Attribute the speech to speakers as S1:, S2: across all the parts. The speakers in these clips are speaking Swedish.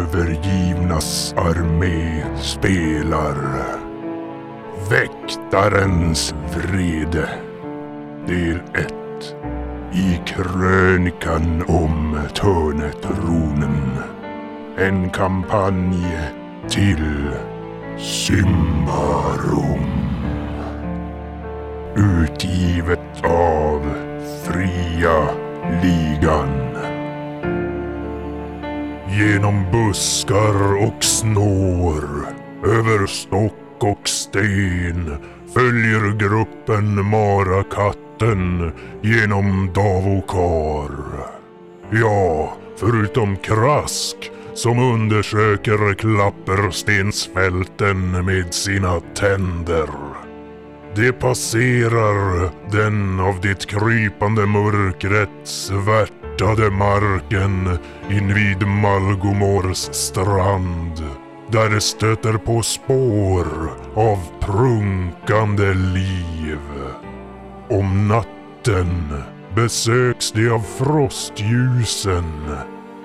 S1: övergivnas armé spelar Väktarens vrede Del 1 I krönikan om Törnetronen En kampanj till Symbarom Utgivet av Fria Ligan Genom buskar och snår, över stock och sten följer gruppen Marakatten genom Davokar. Ja, förutom Krask som undersöker klapperstensfälten med sina tänder. Det passerar den av det krypande mörkret svärtade marken invid Malgomors strand. Där det stöter på spår av prunkande liv. Om natten besöks det av frostljusen.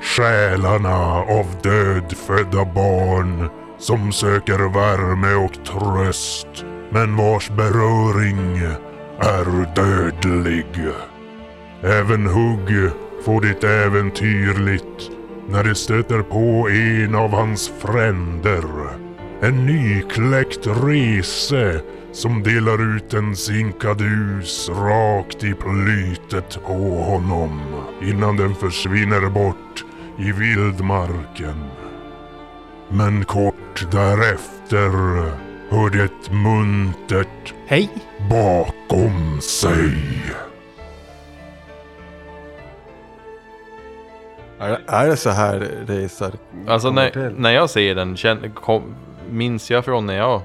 S1: Själarna av dödfödda barn som söker värme och tröst men vars beröring är dödlig. Även hugg får det äventyrligt när det stöter på en av hans fränder. En nykläckt rese som delar ut en sinkadus rakt i plytet på honom innan den försvinner bort i vildmarken. Men kort därefter hör det ett muntert
S2: Hej!
S1: bakom sig.
S3: Är, det- är det så här racer?
S4: Alltså
S3: kommer
S4: när,
S3: till?
S4: när jag ser den, känn, kom, minns jag från när jag...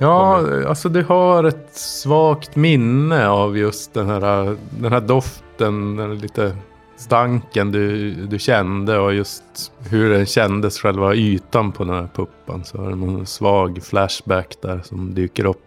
S2: Ja, alltså du har ett svagt minne av just den här, den här doften, den här lite stanken du, du kände och just hur den kändes, själva ytan på den här puppan. Så är det någon svag flashback där som dyker upp.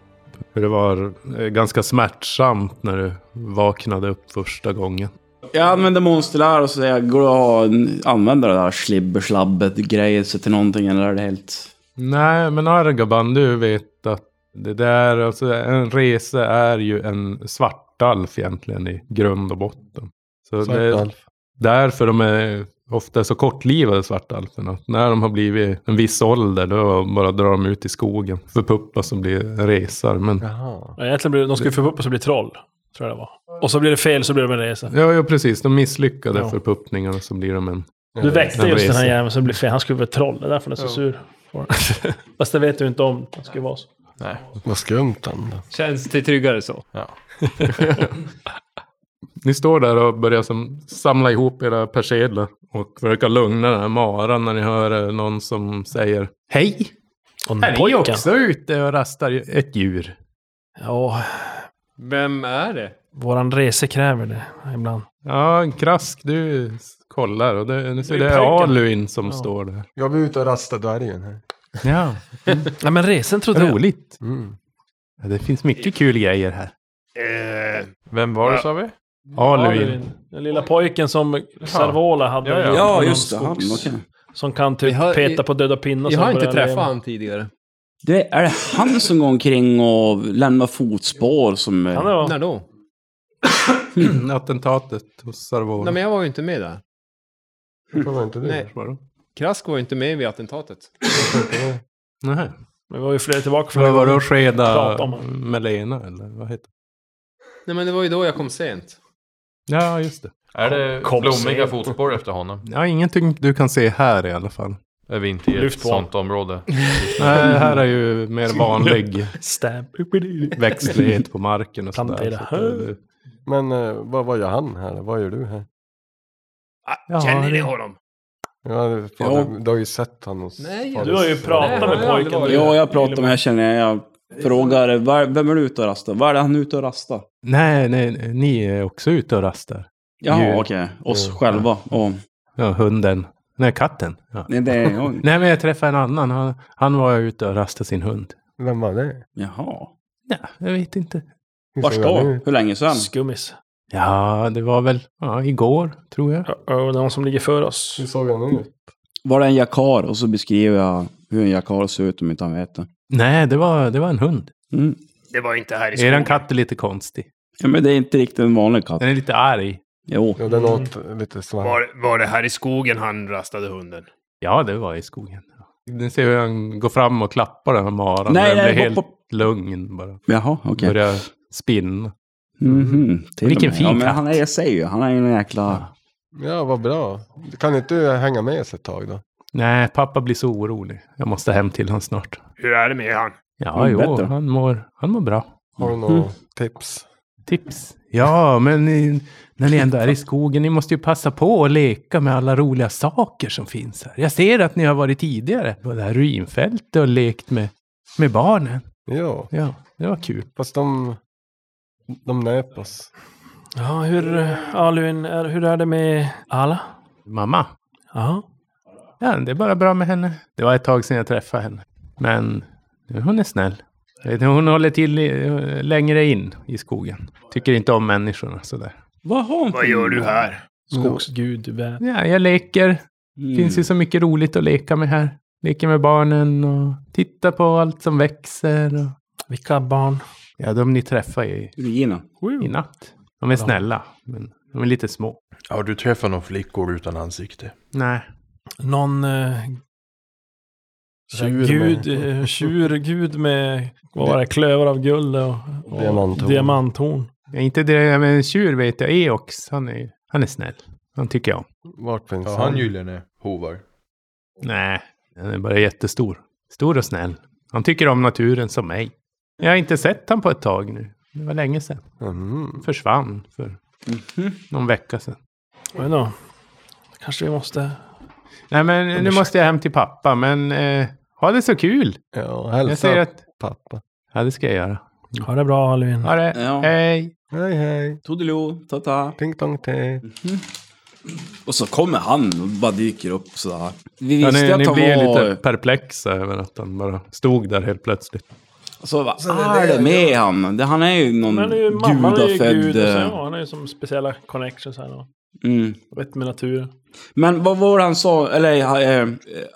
S2: Hur det var eh, ganska smärtsamt när du vaknade upp första gången.
S5: Jag använder monsterlär och så säger jag, går det att ha en- använda det där slibberslabbet grejet till någonting eller är det helt...
S2: Nej, men Argaban, du vet att det där, alltså en resa är ju en svartalf egentligen i grund och botten. Så det är
S3: Svartalf.
S2: därför de är ofta så kortlivade svartalferna. När de har blivit en viss ålder då bara drar de ut i skogen. För puppa som blir resar. Men
S3: Jaha.
S6: Ja, egentligen blir, de ska ju förpuppa och så blir troll. Tror jag det var. Och så blir det fel så blir de en resa.
S2: ja, ja precis. De misslyckade
S6: Ja.
S2: förpuppningarna så blir de en...
S6: Du väckte
S2: en
S6: just den här
S2: resa.
S6: jäveln som blev fel. Han skulle vara ett troll. Det är därför han är så sur. Fast det vet du inte om. Han skulle vara så.
S4: Nej.
S3: Vad skumt ändå.
S7: Känns det tryggare så?
S2: Ni står där och börjar som samla ihop era persedlar. Och försöka lugna den här maran när ni hör eh, någon som säger Hej!
S6: Och den
S2: Här är ju
S6: pojken.
S2: också ute och rastar ju ett djur.
S6: Ja,
S7: Vem är det?
S6: våran resa kräver det ibland.
S2: Ja, en krask du s- kollar och det, nu ser
S6: Det
S2: det
S6: är
S2: är
S6: pojken.
S2: Aluin som
S6: Ja.
S2: står där.
S3: Jag var ute och rastade dvärgen här.
S2: Ja,
S6: Nej Mm. men resen trodde jag.
S2: roligt.
S3: Mm.
S2: Ja, det finns mycket kul grejer här.
S4: Vem var det sa vi?
S2: Aluin.
S6: Den lilla pojken som Servola hade.
S4: Ja, ja.
S6: gjort
S4: Ja,
S6: någon
S5: Han,
S6: skogs-
S5: okej.
S6: Som kan
S7: Vi
S6: typ
S7: har-
S6: peta på döda pinnar.
S7: Jag
S6: så
S7: har inte
S6: börjar
S7: träffat
S6: leva.
S7: han tidigare.
S5: Det, är det han som går omkring och lämnar fotspår som...
S6: Han är,
S7: När då?
S2: Attentatet hos Sarvor.
S7: Nej men jag var ju inte med där.
S3: Varför var inte du?
S7: Nej. Krask var ju inte med vid attentatet.
S2: Nej.
S6: men vi var ju flera tillbaka för
S2: Vad var det att
S6: Prata
S2: skeda
S6: om honom.
S2: Melena eller vad heter det?
S7: Nej men det var ju då jag kom sent.
S2: Ja, just det.
S4: Är det
S6: Kom
S4: blommiga
S6: sen.
S4: fotspår efter honom?
S2: Ja, ingenting du kan se här i alla fall.
S4: Är vi inte i ett
S6: Lyft på
S4: sånt område?
S2: Nej, här är ju mer vanlig
S6: Stab.
S2: växtlighet på marken och sådär.
S6: Plantera.
S2: Så att det-
S3: Men eh, vad, vad gör han här? Vad gör du här?
S2: Ja, det-
S7: honom?
S3: Ja,
S5: Ja.
S3: fan, du, du har ju sett han hos
S7: Nej,
S3: faders-
S6: Du har ju pratat
S7: Nej, jag
S6: med
S7: har aldrig
S6: pojken.
S7: varit.
S6: Ja,
S5: Ja, jag pratar med, jag känner, jag frågar, "Var- vem är du ute och rastar? Vad är det han är ute och rastar?
S2: Nej, nej, ni är också ute och rastar. Djur.
S5: Jaha, okej. Oss
S2: Ja.
S5: själva. Ja.
S2: Ja, hunden. Nej, katten. Ja.
S5: Nej, det är... ja.
S2: Nej, men jag träffade en annan. Han, han var ute och rastade sin hund.
S3: Vem var det?
S5: Jaha.
S2: Ja, jag vet inte.
S3: Hur
S5: Vart
S3: såg han
S5: då?
S3: ut?
S5: Hur länge sedan?
S6: Skummis.
S2: Ja, det var väl ja, igår, tror jag.
S6: Uh -oh, någon som ligger för oss.
S3: Hur såg han ut?
S5: Var det en jakar? Och så beskriver jag hur en jakar ser ut om inte han vet det.
S8: Nej, det var, det var en hund.
S5: Mm.
S9: Det var inte här i skogen.
S8: Eran katt är lite konstig.
S5: Ja, men det är inte riktigt en vanlig katt.
S8: Den är lite arg.
S5: Jo.
S3: Jo, den
S6: Mm.
S3: åt lite svamp.
S9: Var, var det här i skogen han rastade hunden?
S8: Ja, det var i skogen. Ni ser hur han går fram och klappar den här maran.
S5: Nej,
S8: den
S5: nej,
S8: blir
S5: hopp,
S8: helt
S5: hopp.
S8: lugn bara.
S5: Jaha, okej.
S8: Börjar spinna.
S5: Mhm, till och
S8: Vilken
S5: med.
S8: fin
S5: ja, men
S8: katt.
S5: han är, jag säger ju, han är en jäkla...
S3: Ja, vad bra. Kan inte du hänga med oss ett tag då?
S8: Nej, pappa blir så orolig. Jag måste hem till honom snart.
S9: Hur är det med han?
S8: Ja,
S5: Mår
S8: jo,
S5: bättre?
S8: han mår, han mår bra.
S3: Har du
S6: Mm.
S3: några tips?
S8: Tips. Ja, men ni, när ni ändå är i skogen, ni måste ju passa på att leka med alla roliga saker som finns här. Jag ser att ni har varit tidigare på det här ruinfältet och lekt med, med barnen.
S3: Ja,
S8: Ja, det var kul.
S3: fast de... De nöp oss.
S6: Ja, hur, eh, Alun, är, hur är det med alla?
S8: Mamma,
S6: Ja.
S8: ja, det är bara bra med henne. Det var ett tag sedan jag träffade henne. Men hon är snäll. Jag vet inte, Hon håller till i, längre in i skogen. Tycker inte om människorna sådär.
S5: Vad har han för-
S9: Vad gör du här?
S6: Skogsgud, du är.
S8: Ja, jag leker.
S5: Mm.
S8: finns ju så mycket roligt att leka med här. Leka med barnen och titta på allt som växer. Och...
S6: Vilka barn?
S8: Ja, de ni träffar i,
S5: Ruiner.
S8: i natt. De är snälla, men de är lite små.
S4: Har du träffat någon flickor utan ansikte?
S8: Nej.
S6: Någon eh,
S3: Tjur
S6: gud,
S3: med-
S6: eh, tjur, gud med vad var det, klöver av guld och, och
S3: Diamanthorn.
S6: diamanthorn.
S8: Ja, inte det, men en tjur vet jag. Eox, han är, han är snäll. Han tycker jag om.
S3: Vart finns
S4: Ja,
S3: han?
S4: han gyllene hovar.
S8: Nej, han är bara jättestor. Stor och snäll. Han tycker om naturen som mig. Jag har inte sett han på ett tag nu. Det var länge sedan. Mm.
S3: Mhm.
S8: Försvann för
S5: Mhm.
S8: någon vecka sedan.
S6: Men då, kanske vi måste...
S8: Nej, men nu måste jag hem till pappa, men eh, ha det så kul.
S3: Ja,
S8: Jag säger
S3: hälsa
S8: att...
S3: pappa.
S8: Ja, det ska jag göra.
S6: Ha det bra Alvin.
S8: Ha det.
S5: Ja.
S8: Hej.
S3: Hej, hej.
S5: Toodiloo, tata.
S3: Ping dong te.
S5: Och så kommer han och bara dyker upp sådär. Vi
S8: Ja,
S5: visste
S8: ni
S5: att
S8: ni
S5: han
S8: blir ju
S5: var...
S8: lite perplexa över att han bara stod där helt plötsligt.
S5: Så vad är det med han? Det, han är ju någon
S6: Men det är ju, mamman är ju
S5: gudafödd...
S6: gud och så,
S5: eh,
S6: ja, han är ju som speciella connections här. då.
S5: Mm.
S6: Vet med naturen.
S5: Men vad var det han sa? Eller eh, eh,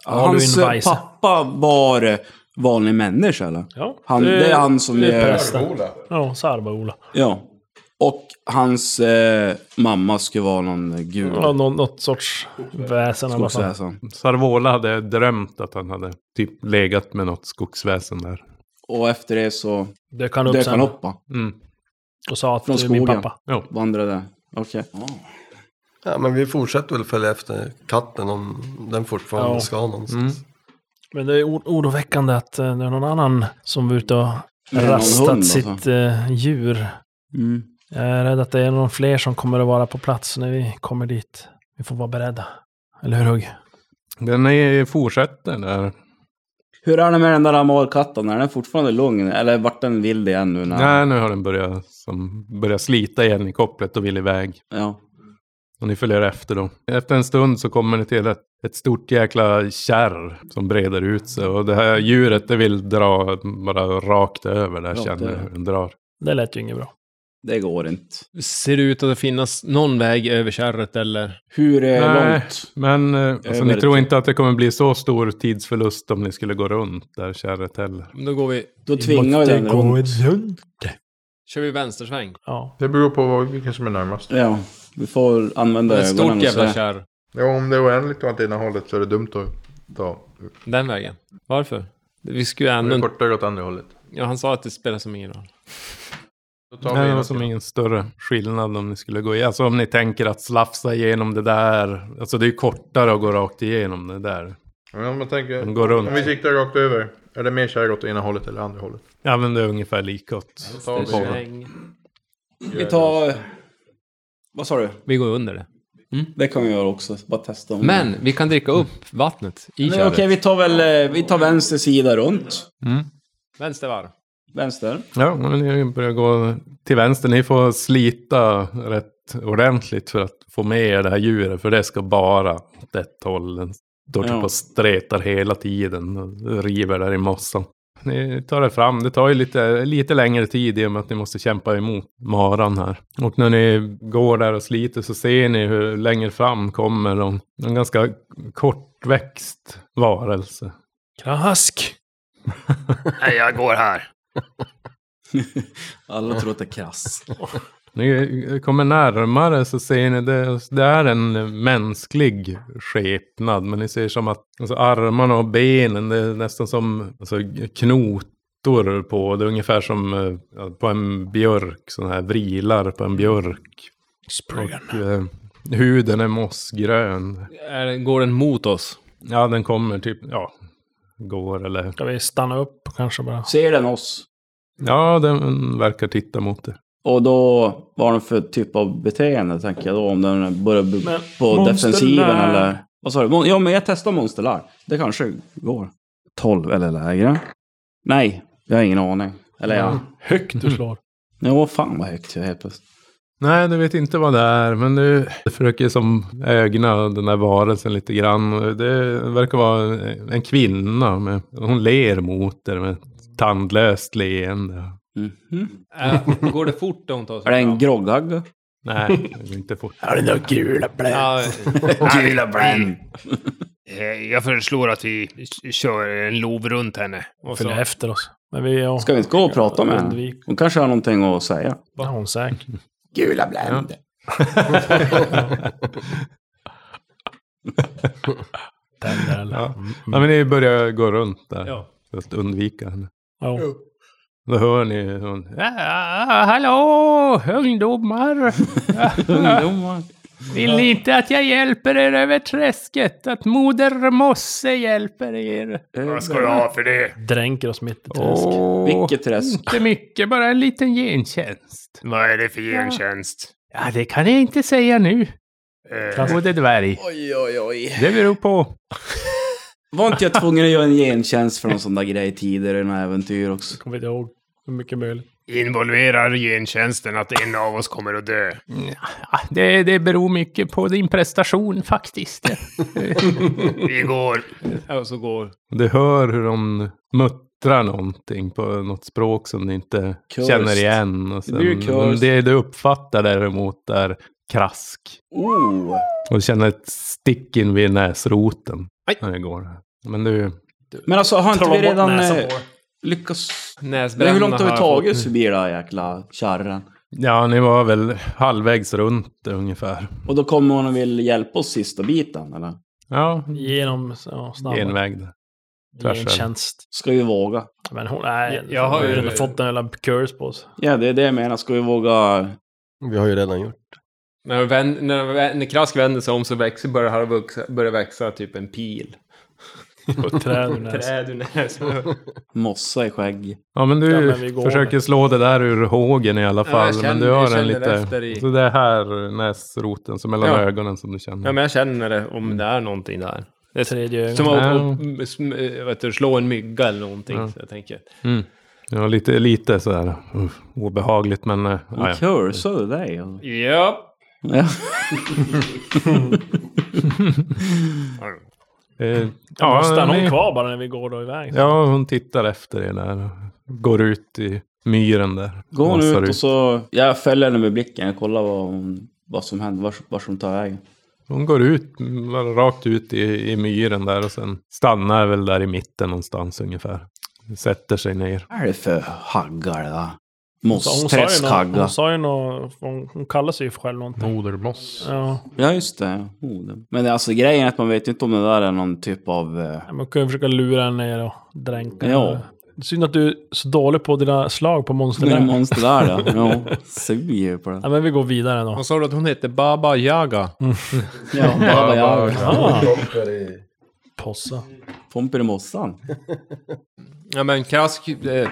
S5: hans eh,
S6: Alvin Weise.
S5: pappa var eh, vanlig människa eller?
S6: Ja,
S5: Han, det är han som
S6: det
S5: är-
S6: prästen. Ja, Sarba-Ola.
S5: Ja. Och hans eh, mamma skulle vara någon gud.
S6: Ja, nå- något sorts väsen i alla fall.
S5: Skogsväsen.
S8: Sarvola hade drömt att han hade typ legat med något skogsväsen där.
S5: Och efter det så
S6: Dök han upp
S5: dök
S6: sen
S5: han upp va?
S8: Mm.
S6: och sa att
S5: Från
S6: du är min
S5: skogen.
S6: pappa.
S5: Vandrade. Okej. Ja.
S3: Ja, men vi fortsätter väl följa efter katten om den fortfarande
S6: Ja.
S3: ska någonstans.
S6: Men det är o- oroväckande att eh, det är någon annan som var ute och
S5: Med någon
S6: rastat
S5: hund,
S6: sitt
S5: alltså.
S6: eh, djur.
S5: Mm.
S6: Jag är rädd att det är någon fler som kommer att vara på plats när vi kommer dit. Vi får vara beredda. Eller hur Hugg?
S8: Den är, fortsätter där.
S5: Hur är det med den där amalkatten? Är den fortfarande lugn? Eller vart den vild igen nu när...
S8: Nej, nu har den börjat, som, börjat slita igen i kopplet och vill iväg.
S5: Ja.
S8: Och ni följer efter dem. Efter en stund så kommer ni till ett, ett stort jäkla kärr som breder ut sig. Och det här djuret det vill dra bara rakt över där
S5: Rakt
S8: känner jag
S5: över.
S8: hur den drar.
S6: Det lät ju inget bra.
S5: Det går inte.
S7: Ser det ut att det finnas någon väg över kärret eller?
S5: Hur är
S8: Nej.
S5: långt?
S8: Men eh, alltså, ni
S5: väldigt
S8: tror
S5: kul.
S8: inte att det kommer bli så stor tidsförlust om ni skulle gå runt där kärret heller.
S7: Då går vi...
S5: Då tvingar vi den runt.
S6: runt.
S7: Kör vi vänstersväng?
S6: Ja.
S4: Det beror på vad- vilka som är närmast.
S5: Ja. Vi får använda
S7: Det är ett
S5: ögonen
S7: stort
S5: och
S7: jävla
S5: se.
S7: kärr.
S4: Ja, om det är oändligt åt ena hållet så är det dumt att ta.
S7: Den vägen. Varför? Vi skulle
S4: Det
S7: ändå
S4: är
S7: inte...
S4: kortare åt andra hållet.
S7: Ja, han sa att det spelar som ingen roll.
S4: Då tar
S8: Nej,
S4: vi
S8: det
S4: ena
S8: var som
S4: sidan.
S8: ingen större skillnad om ni skulle gå igenom. Alltså om ni tänker att slafsa igenom det där. Alltså det är ju kortare att gå rakt igenom det där.
S4: Men om man
S8: Den
S4: tänker,
S8: går runt.
S4: om vi siktar rakt över, är det mer kärr åt ena hållet eller andra hållet?
S8: Ja men det är ungefär likåt.
S4: Då tar vi
S7: Sväng.
S5: Vi tar... Vad sa du?
S7: Vi går under det.
S5: Det kan vi göra också. Bara testa. Om
S7: Men vi kan dricka upp vattnet i
S5: Nej, Mm. Okej,
S7: kärret.
S5: vi tar väl... eh, Vi tar vänster sida runt.
S7: Vänster varv.
S5: Vänster.
S8: Ja, men ni börjar gå till vänster. Ni får slita rätt ordentligt för att få med er det här djuret. För det ska bara åt ett håll. Den står typ
S5: Ja.
S8: och stretar hela tiden och river där i mossan. Ni tar er fram. Det tar ju lite, lite längre tid i och med att ni måste kämpa emot maran här. Och när ni går där och sliter så ser ni hur längre fram kommer de, en ganska kortväxt varelse.
S6: Krask!
S9: Nej, jag går här.
S5: Alla tror att det är krass.
S8: Ni kommer närmare så ser ni det, det är en mänsklig skepnad. Men ni ser som att alltså, armarna och benen, det är nästan som alltså, knotor på. Det är ungefär som eh, ja, på en björk, sådana här vrilar på en björk. Och, eh, huden är mossgrön.
S7: Är, den- går den mot oss?
S8: Ja, den kommer typ, ja, går eller...
S6: Ska vi stanna upp kanske bara?
S5: Ser den oss?
S8: Ja, den verkar titta mot er.
S5: Och då, vad har den för typ av beteende tänker jag då? Om den börjar bu-
S6: Men
S5: på
S6: monsterlar-
S5: defensiven eller? Vad sa du? Mon- Ja, men jag testar monsterlar. Det kanske går. 12 eller lägre? Nej, jag har ingen aning. Eller ja.
S6: Högt
S5: Mm.
S6: du slår.
S5: Jo, fan vad högt jag är helt plötsligt.
S8: Nej, du vet inte vad det är, men du försöker som ögna den där varelsen lite grann. Det verkar vara en kvinna. Med, hon ler mot er med ett tandlöst leende.
S5: Mhm.
S7: Äh, går det fort om hon tar sig
S5: Är det en
S7: fram?
S5: grogghagge?
S8: Nej, det går inte fort.
S7: Ja,
S9: Gula brand. Eh, Jag föreslår att vi s- kör en lov runt henne. Och
S6: Följer
S9: så,
S6: efter oss. Men vi är...
S5: Ska vi inte gå och prata med henne?
S6: Undvik.
S5: Hon kanske har någonting att säga.
S6: Ja, hon säkert.
S5: Gula Blend.
S6: Tänder eller?
S8: Ja. Ja, men ni börjar gå runt där
S7: ja.
S8: för att undvika henne.
S6: Ja.
S8: Då hör ni hur hon... "Ah, hallå, ungdomar!
S5: Ungdomar.
S8: Vill ni inte att jag hjälper er över träsket? Att moder Mosse hjälper er?
S9: vad ska du ha för det?
S6: Dränker oss mitt i träsk.
S8: Åh,
S5: Eh, Vilket träsk.
S8: Inte mycket, bara en liten gentjänst.
S9: Vad är det för gentjänst?
S8: Ja, det kan jag inte säga nu.
S9: Eh,
S6: Klass-
S8: Gode dvärg.
S5: Oj, oj, oj.
S8: Det beror på.
S5: Var inte jag tvungen att göra en gentjänst för någon sån där grej tidigare i några äventyr också?
S6: Kommer inte ihåg. Hur mycket möjligt.
S9: involverar gentjänsten att en av oss kommer att dö?
S8: Ja, Det, det beror mycket på din prestation faktiskt.
S9: Vi går.
S7: Ja, så går.
S8: Du hör hur de muttrar någonting på något språk som du inte
S5: Cursed.
S8: känner igen. Och sen,
S5: blir ju cursed.
S8: men det du uppfattar däremot är krask.
S5: Oh!
S8: Och du känner ett stick in vid näsroten när det går. Men du,
S5: Men alltså, har inte
S6: Trolla
S5: vi
S6: bort
S5: redan
S6: näsan
S5: eh,
S6: på.
S5: lyckats... Men
S7: Näsbränna
S5: hur långt har vi
S7: fått-
S5: tagit oss förbi den här jäkla kärren?
S8: ja ni var väl halvvägs runt ungefär.
S5: Och då kommer hon och vill hjälpa oss sista biten, eller?
S8: Ja,
S6: Genom... Ja, snabbare.
S8: genväg där. tvärs över.
S6: Gentjänst.
S5: Ska vi våga?
S6: Men hon... Nej.
S7: Jag har
S6: vi
S7: ju-
S6: inte fått en jävla curse på oss.
S5: Ja, det är det jag menar. Ska vi våga...
S3: Vi har ju redan gjort.
S7: När, vänd, när, vänd, när Krask vänder sig om så växer, börjar han växa, börjar växa typ en pil.
S6: På ett träd ur näsan.
S7: Träd ur näsan.
S5: Mossa i skägg?
S8: Ja men
S6: Ja,
S8: du
S6: men vi går
S8: försöker
S6: med.
S8: slå det där ur hågen i alla
S7: Ja,
S8: fall.
S7: jag
S8: men
S7: känner-
S8: du
S7: jag
S8: har en
S7: känner
S8: lite...
S7: efter i-
S8: Så det är här näsroten, som mellan
S7: Ja.
S8: ögonen som du känner.
S7: Ja, men jag känner det om det är någonting där. Det är
S6: Tredje ögat.
S7: som att
S8: Ja.
S7: att- sm- vet du, slå en mygga eller någonting. Så jag tänker.
S8: Ja, lite, lite sådär uh, obehagligt men... Uh,
S5: Hon
S8: ja, ja.
S5: cursade dig. eller?
S7: Ja.
S5: Ja.
S8: Eh,
S6: Ja, Stannar
S8: ni-
S6: hon kvar bara när vi går då iväg?
S8: Ja, hon tittar efter er där. och Går ut i myren där.
S5: Gå hon
S8: Vasar
S5: ut och så... Jag följer henne med blicken. Jag kollar vad, hon, vad som händer, vart var hon tar vägen.
S8: Hon går ut, mm, bara rakt ut i, i myren där och sen stannar väl där i mitten någonstans ungefär. Sätter sig ner.
S5: Vad är det för haggar det där?
S6: Så hon sa ju nå-
S5: Mossträskhagga.
S6: Hon sa ju nå- Hon, hon kallar sig ju för själv någonting.
S4: Modermoss.
S6: Ja.
S5: Ja, just det. Oh, det. Men det, alltså grejen är att man vet ju inte om det där är någon typ av... Eh,
S6: Ja, Man kan ju försöka lura henne och dränka
S5: Ja.
S6: henne. Synd att du är så dålig på dina slag på monster
S5: Nej,
S6: där.
S5: monster där ja. Jo, suger ju på det.
S6: Ja, men vi går vidare då.
S7: Hon sa att hon hette Baba Yaga.
S5: Ja, Baba Yaga.
S6: Ah,
S3: Där är-
S6: possa.
S5: Pomper i mossan.
S7: Ja, men Krask eh,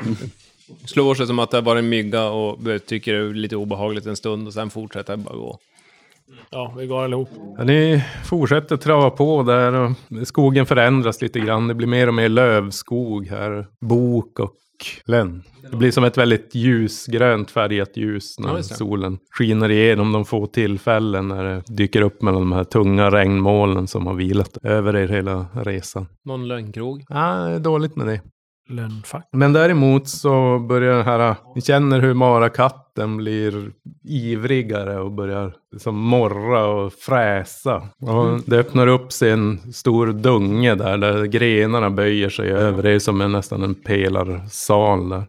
S7: slår sig som att det har varit en mygga och eh, tycker det är lite obehagligt en stund och sen fortsätter jag bara gå.
S6: Ja, vi går allihop.
S8: Ja, ni fortsätter trava på där och skogen förändras lite grann. Det blir mer och mer lövskog här. Bok och lönn. Det blir som ett väldigt ljusgrönt färgat ljus när
S7: Ja, just det.
S8: solen skiner igenom de få tillfällen när det dyker upp mellan de här tunga regnmolnen som har vilat över er hela resan.
S7: Någon lönnkrog.
S8: Ja, det är dåligt med det.
S6: lönnfack.
S8: Men däremot så börjar den här, ni känner hur Mara-katten blir ivrigare och börjar liksom morra och fräsa. Och det öppnar upp sig en stor dunge där, där grenarna böjer sig över. Det är som en, nästan en pelarsal där.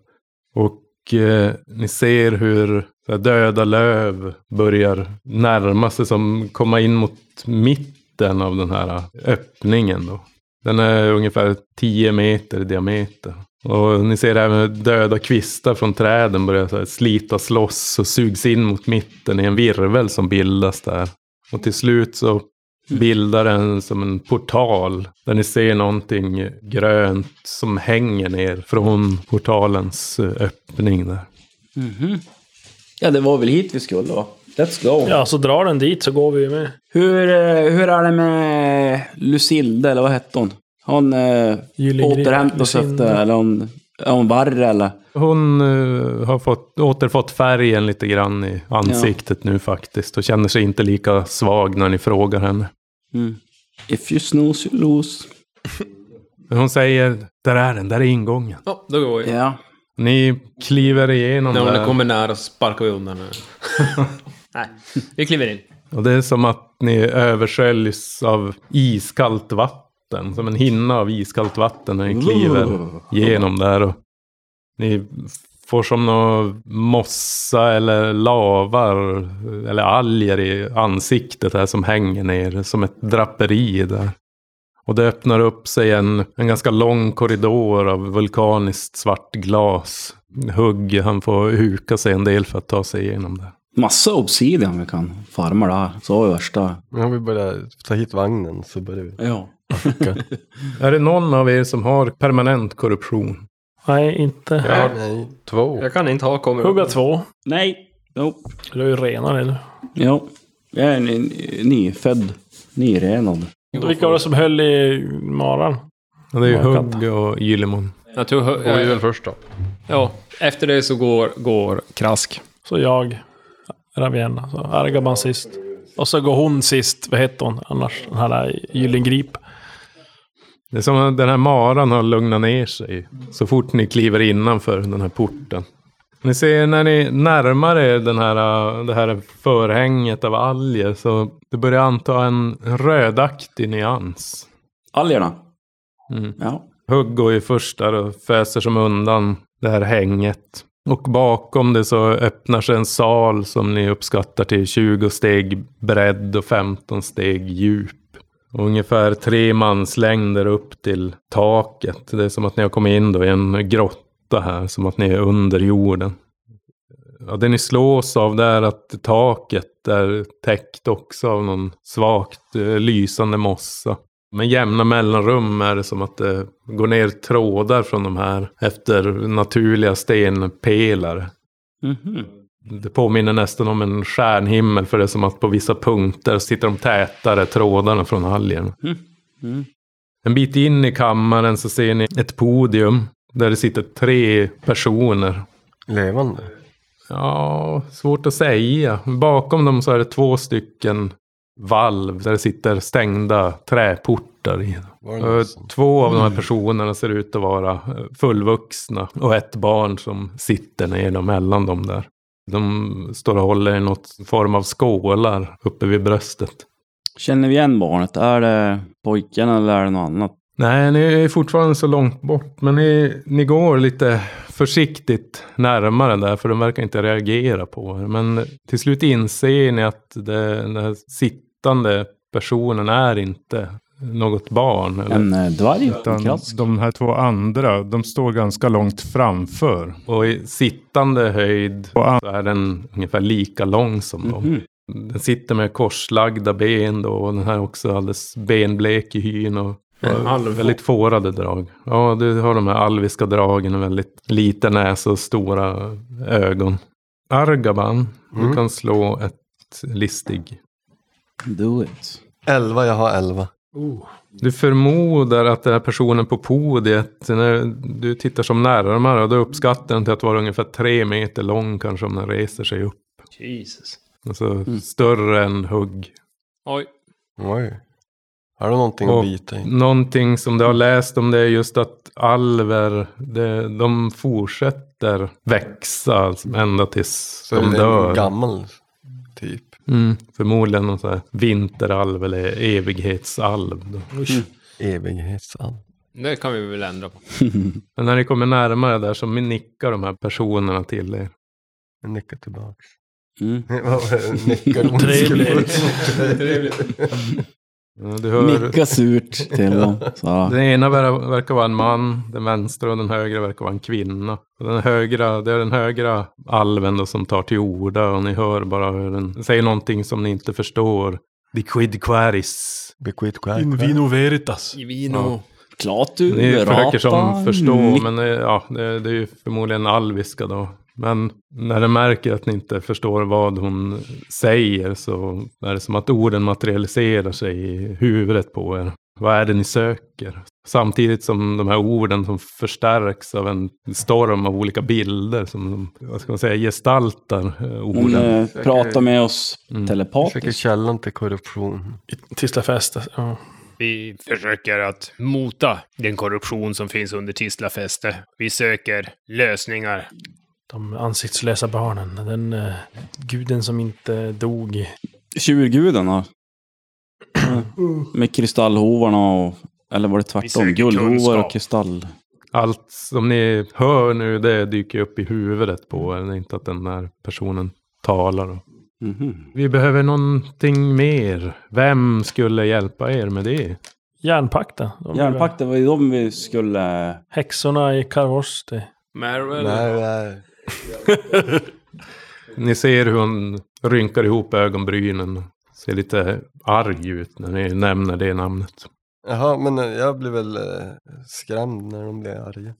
S8: Och eh, ni ser hur så här, döda löv börjar närma sig, som komma in mot mitten av den här eh, öppningen då. Den är ungefär 10 meter i diameter. Och ni ser även hur döda kvistar från träden börjar så här slitas loss och sugs in mot mitten i en virvel som bildas där. Och till slut så bildar den som en portal där ni ser någonting grönt som hänger ner från portalens eh, öppning där.
S5: Ja, det var väl hit vi skulle då. Let's go.
S6: Ja, så drar den dit så går vi ju med.
S5: Hur, eh, hur är det med Lucilde, eller vad hette hon? Hon eh,
S6: Gyllegren,
S5: återhämtade sig
S6: Lucilde.
S5: efter, eller hon, är hon varre eller?
S8: Hon eh, har fått, återfått färgen lite grann i ansiktet nu faktiskt och känner sig inte lika svag när ni frågar henne.
S5: If you snooze you lose.
S8: Men Hon säger, där är den, där är ingången.
S7: Ja, då går vi.
S5: Ja.
S8: Ni kliver igenom
S7: När
S8: där
S7: hon kommer nära så sparkar vi undan henne. Nej, vi kliver in.
S8: och det är som att ni översköljs av iskallt vatten. Som en hinna av iskallt vatten när ni kliver genom där. Och ni får som någon mossa eller lavar eller alger i ansiktet här som hänger ner. Som ett draperi där. Och det öppnar upp sig en, en ganska lång korridor av vulkaniskt svart glas. Hugg, han får huka sig en del för att ta sig igenom det.
S5: Massa obsidian vi kan farma där. Så har vi värsta...
S3: Om vi börjar ta hit vagnen så börjar vi.
S5: Ja.
S8: Är det någon av er som har permanent korruption?
S6: Nej, inte.
S4: Jag har
S3: Nej.
S4: två.
S7: Jag kan inte ha kommer.
S6: Hugga två.
S5: Nej. Jo.
S6: Du är ju renare eller?
S5: Jo. Jag är ny- nyfödd. Nyrenad.
S6: Vilka var det som höll i maran?
S8: Ja, Det är ju
S6: Markant.
S8: Hugg och Gyllemon.
S7: Jag tror,
S4: Det var
S7: hö-
S4: ju
S7: ja,
S4: väl först då.
S7: ja, efter det så går, går Krask.
S6: Så jag, Ravienna, så Argaban sist. Och så går hon sist, vad heter hon annars? Den här där Gyllengrip.
S8: Det är som att den här maran har lugnat ner sig så fort ni kliver innanför den här porten. Ni ser när ni närmar er den här, äh, det här förhänget av alger så det börjar anta en rödaktig nyans.
S5: Algerna.
S8: Mm.
S5: Ja.
S8: Hugg går ju först där och föser som undan det här hänget. Och bakom det så öppnar sig en sal som ni uppskattar till 20 steg bredd och 15 steg djup. Och ungefär tre manslängder upp till taket. Det är som att ni har kommit in då i en grotta här, som att ni är under jorden. Ja, det ni slås av det är att taket är täckt också av någon svagt eh, lysande mossa. Med jämna mellanrum är det som att det går ner trådar från de här efter naturliga stenpelare.
S5: Mhm.
S8: Det påminner nästan om en stjärnhimmel för det är som att på vissa punkter sitter de tätare trådarna från algerna.
S5: Mm. Mm.
S8: En bit in i kammaren så ser ni ett podium där det sitter tre personer
S3: Levande.
S8: Ja, svårt att säga. Bakom dem så är det två stycken valv där det sitter stängda träportar i.
S3: Var det Mm.
S8: Eh,
S3: någon som-
S8: Två av de här personerna ser ut att vara eh, fullvuxna och ett barn som sitter ner mellan dem där. De står och håller i något form av skålar uppe vid bröstet.
S5: Känner vi igen barnet? Är det pojken eller är det något annat?
S8: Nej, ni är fortfarande så långt bort. Men ni, ni går lite försiktigt närmare där, för de verkar inte reagera på er. Men till slut inser ni att det, den här sittande personen är inte något barn. Eller?
S5: En eh, dvärg? En
S2: Utan
S5: krask?
S2: de här två andra, de står ganska långt framför.
S8: Och i sittande höjd
S2: Och an- Mhm.
S8: så är den ungefär lika lång som dem. Den sitter med korslagda ben då, och den här också alldeles benblek i hyn och och väldigt fårade drag. Ja, du har de här alviska dragen och väldigt liten näsa och stora ögon. Argaban, du
S2: Mm.
S8: kan slå ett listig.
S5: Do it.
S3: Elva, jag har elva.
S8: Du förmodar att den här personen på podiet, när du tittar som närmare, och då uppskattar den till att vara ungefär tre meter lång kanske om den reser sig upp.
S7: Jesus.
S3: Mm.
S8: Alltså större än hugg.
S7: Oj.
S3: Oj. Har du någonting
S8: Och-
S3: att bita i?
S8: Någonting som du har läst om det är just att alver, det, de fortsätter växa alltså, ända tills
S3: Så
S8: de
S3: är det en
S8: dör.
S3: gammal typ.
S8: Mm, förmodligen någon sån här vinteralv eller evighetsalv. Då.
S3: Evighetsalv.
S7: Det kan vi väl ändra på.
S8: Men när ni kommer närmare där så nickar de här personerna till er.
S3: Jag nickar tillbaks.
S5: Mm.
S3: Nickar hon
S6: Trevligt.
S8: Ja, Du hör,
S5: Nicka surt till dem. Så. här.
S8: den ena ver- verkar vara en man, den vänstra och den högra verkar vara en kvinna. Och Den högra, det är den högra alven då som tar till orda och ni hör bara hur den säger någonting som ni inte förstår. De quid queris.
S3: Bequit
S6: In
S3: quack.
S6: vino veritas.
S7: Vino.
S5: Klart du
S8: Ni försöker
S5: rapar.
S8: som förstå,
S5: Nick-
S8: men eh, ja, det, det är ju förmodligen alviska då. Men när den märker att ni inte förstår vad hon säger så är det som att orden materialiserar sig i huvudet på er. Vad är det ni söker? Samtidigt som de här orden som förstärks av en storm av olika bilder som de, vad ska man säga, gestaltar eh,
S5: Hon
S8: orden.
S5: eh, pratar med oss
S8: Mm.
S3: Försöker
S5: telepatiskt.
S3: källan till korruption.
S6: Tisla festa. Ja.
S9: Vi försöker att mota den korruption som finns under Tislafäste. Vi söker lösningar.
S6: De ansiktslösa barnen. Den eh, guden som inte dog.
S5: Tjurguden då?
S6: Mm.
S5: Med kristallhovarna och... Eller var det
S9: Vi
S5: tvärtom?
S9: söker
S5: Guldhovar och
S9: kunskap.
S5: kristall...
S8: Allt som ni hör nu det dyker upp i huvudet på er, det är inte att den här personen talar. Och
S5: Mhm.
S8: Vi behöver någonting mer. Vem skulle hjälpa er med det?
S6: Järnpakten. De
S5: Järnpakten var ju de vi skulle...
S6: Häxorna i Karvosti.
S7: Marvel.
S3: Nej, nej.
S8: Ni ser hur hon rynkar ihop ögonbrynen. Ser lite arg ut när ni nämner det namnet.
S3: Jaha, men eh, jag blir väl eh, skrämd när de blir arga.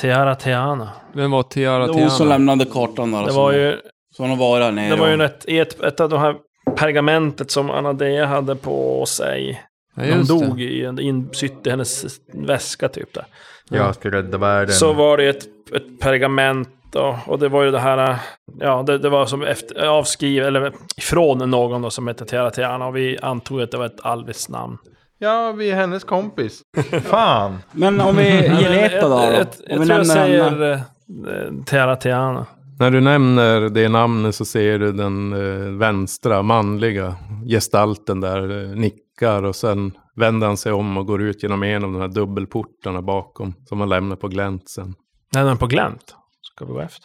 S6: Teara Teana.
S4: Vem var Tiara
S5: Det var hon som
S4: Tiana?
S5: lämnade kartan där.
S6: Det
S5: som-
S6: var ju,
S5: Så hon har varit här nere.
S6: det var ju
S5: och-
S6: ett, ett, ett av de här pergamentet som Anadea hade på sig.
S4: Ja,
S6: De
S4: just det.
S6: dog i en insytt i hennes väska typ där.
S4: Jag ska rädda världen.
S6: Så var det ett, ett pergament då, och det var ju det här, äh, ja det, det var som efter, avskrivet, eller från någon då som hette Teara Teana och vi antog att det var ett alviskt namn.
S4: Ja, vi är hennes kompis. Fan!
S5: Men om vi Geleta då?
S6: Jag, jag,
S5: Om vi
S6: jag tror jag
S5: nämner henne.
S6: säger eh, Teara Teana.
S8: När du nämner det namnet så ser du den eh, vänstra manliga gestalten där eh, nickar och sen vänder han sig om och går ut genom en av de här dubbelportarna bakom som han lämnar på glänt sen.
S6: Nej, den är på glänt. Ska vi gå efter?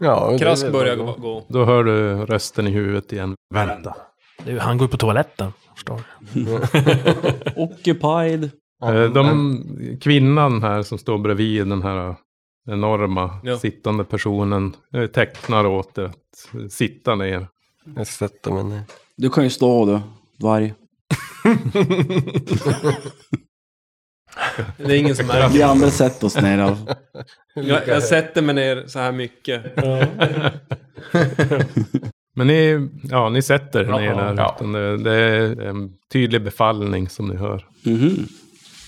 S3: Ja, det är
S7: Krask
S3: väl
S7: börjar
S3: bra.
S7: gå. gå.
S8: Då hör du rösten i huvudet igen. Vänta.
S6: Det är, ju- han går ju på toaletten, förstår du.
S5: Occupied.
S8: Eh, De, kvinnan här som står bredvid den här eh, enorma
S7: Ja.
S8: sittande personen eh, tecknar åt er att eh, sitta ner.
S3: Jag sätter mig ner.
S5: Du kan ju stå du, dvärg.
S7: Det är ingen som märker.
S5: Vi andra sätter oss ner. Alltså.
S7: Jag, jag sätter mig ner så här mycket.
S8: Men ni, ja, ni sätter er ner där.
S4: Ja.
S8: Utan det, det är en tydlig befallning som ni hör.
S5: Mhm.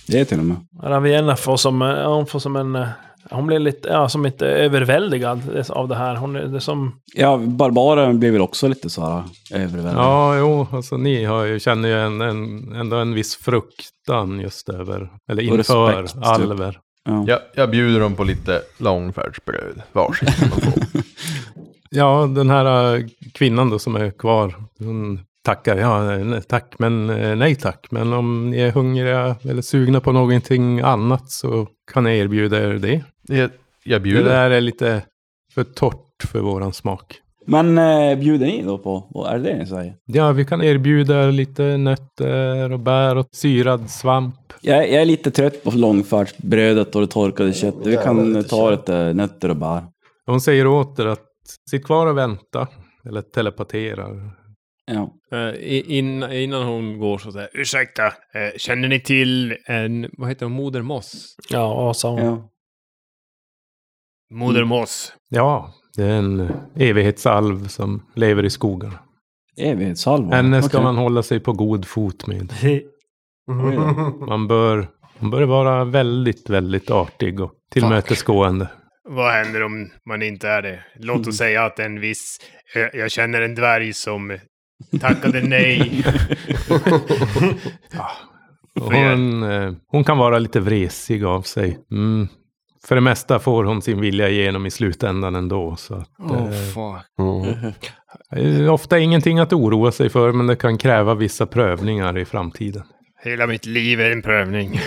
S5: Det är till och med.
S6: Ravienna får som, eh, ja, hon får som en... eh, Hon blir lite, ja, som inte överväldigad eh, av det här. Hon är det är som...
S5: Ja, barbaren blir väl också lite så här överväldigad.
S8: Ja, jo, alltså ni har ju, känner ju en, en, ändå en viss fruktan just över, eller
S5: Och
S8: inför
S5: respekt, typ.
S8: alver.
S5: Ja.
S4: Jag, jag bjuder dem på lite långfärdsbröd. Varsitt kan de få.
S8: Ja, den här eh, kvinnan då som är kvar, hon tackar. Ja, nej, tack, men eh, nej tack. Men om ni är hungriga eller sugna på någonting annat så kan jag erbjuda er det.
S4: Jag, jag
S8: Det
S4: bjuder.
S8: där är lite för torrt för våran smak.
S5: Men eh, bjuder ni då på, vad är det ni säger?
S8: Ja, vi kan erbjuda er lite nötter och bär och syrad svamp.
S5: Jag, jag är lite trött på långfärdsbrödet och det torkade köttet. Vi kan eh, ta lite nötter och bär.
S8: Hon säger åter att sitt kvar och vänta. Eller telepaterar.
S5: Ja.
S7: Eh, i- innan, innan hon går så säger
S9: Ursäkta, eh, känner ni till en
S7: Vad heter hon? Moder Moss?
S6: Ja, vad sa hon?
S5: ja.
S7: Mm.
S9: Moder Moss?
S8: Ja, det är en evighetsalv som lever i skogarna.
S5: Evighetshalvor.
S8: Henne eh, ska
S5: Okej.
S8: man hålla sig på god fot med. Man bör, man bör vara väldigt, väldigt artig och tillmötesgående.
S9: Vad händer om man inte är det? Låt oss säga att en viss... eh, Jag känner en dvärg som tackade nej.
S8: Hon, eh, hon kan vara lite vresig av sig. Mm. För det mesta får hon sin vilja igenom i slutändan ändå. Så att,
S9: Oh,
S8: eh,
S9: fuck.
S3: Mm.
S8: Eh, Ofta ingenting att oroa sig för, men det kan kräva vissa prövningar i framtiden.
S9: Hela mitt liv är en prövning.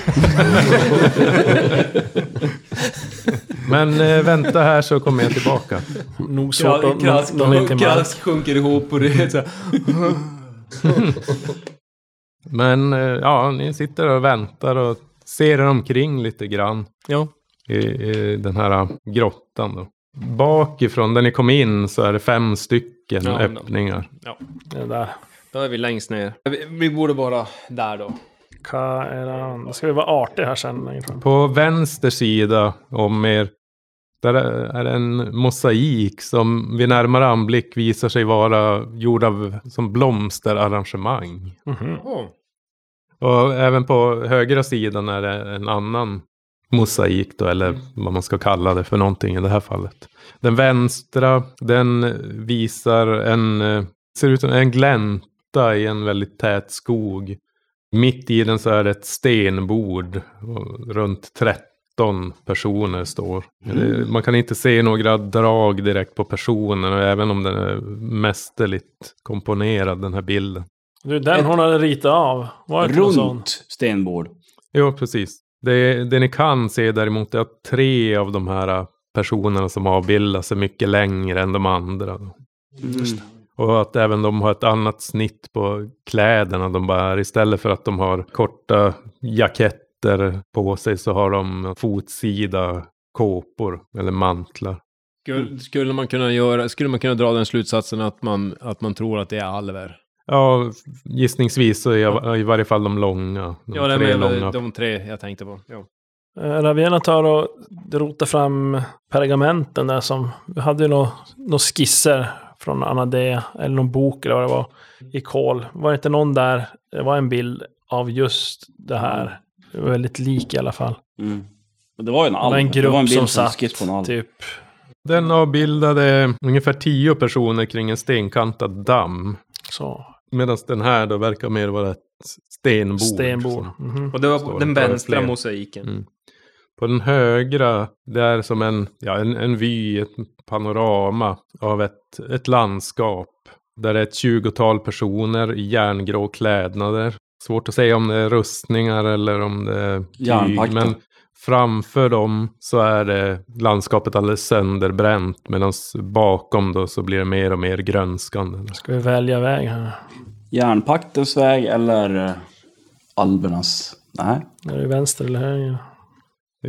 S8: Men eh, vänta här så kommer jag tillbaka.
S6: Nog svårt
S10: Kra-
S6: att...
S10: Krask,
S6: någon är inte med.
S10: krask sjunker ihop och det är så här,
S8: Men eh, ja, ni sitter och väntar och ser er omkring lite grann.
S7: Ja.
S8: I, i den här grottan då. Bakifrån, där ni kom in, så är det fem stycken
S7: Ja, men-
S8: öppningar.
S6: Det där.
S7: Då är vi längst ner. Vi, vi borde vara där då.
S6: Kaeran. Då ska vi vara artiga här sen längre fram.
S8: På vänster sida om er, där är en mosaik som vid närmare anblick visar sig vara gjord av som blomsterarrangemang. Och även på högra sidan är det en annan mosaik då, eller vad man ska kalla det för någonting i det här fallet. Den vänstra, den visar en, eh, ser ut som en glänta i en väldigt tät skog. Mitt i den så är det ett stenbord. Och runt 13 personer står. Det- Man kan inte se några drag direkt på personen. och Även om den är mästerligt komponerad den här bilden.
S6: Du, den hon hade ritat av. Var det inte någon sån?
S5: Runt stenbord.
S8: Jo, precis. Det, det ni kan se däremot är att tre av de här äh, personerna som avbildas är mycket längre än de andra.
S7: Mm.
S8: Och att även de har ett annat snitt på kläderna de bär. Istället för att de har korta jacketter på sig så har de fotsida kåpor eller mantlar.
S7: Skulle, skulle, man kunna göra, skulle man kunna dra den slutsatsen att man, att man tror att det är alver?
S8: Ja, gissningsvis så är jag, i varje fall de långa. De
S7: Ja, det
S8: tre
S7: är
S8: långa.
S7: väl de tre jag tänkte på. Ja.
S6: Eh, Ravena tar och rotar fram pergamenten där som... Vi hade ju några nå skisser från Anadea, eller någon bok eller vad det var, i kol. Var det inte någon där? Det var en bild av just det här. Det var Väldigt lik i alla fall.
S5: Mm. Men det var ju en
S6: Det var
S5: alv.
S6: en
S5: Det var en
S6: grupp
S5: bild
S6: som
S5: som
S6: satt
S5: skiss på en alv.
S6: typ...
S8: Den avbildade ungefär tio personer kring en stenkantad damm.
S6: Så.
S8: Medan den här då verkar mer vara ett stenbord.
S6: Stenbord.
S5: liksom.
S8: som-
S6: Mhm.
S9: Och det
S8: Står
S9: var
S8: det
S9: den
S8: bara
S9: vänstra
S8: fler?
S9: mosaiken.
S8: Mm. På den högra, det är som en, ja, en, en vy, ett panorama av ett, ett landskap. Där det är ett tjugotal personer i järngrå klädnader. Svårt att säga om det är rustningar eller om det är tyg.
S5: Järnpakta.
S8: Men framför dem så är det landskapet alldeles sönderbränt. Medan bakom då så blir det mer och mer grönskande.
S6: Ska vi välja väg här?
S5: Järnpaktens väg eller eh, albernas? Nej.
S6: Är det vänster eller höger?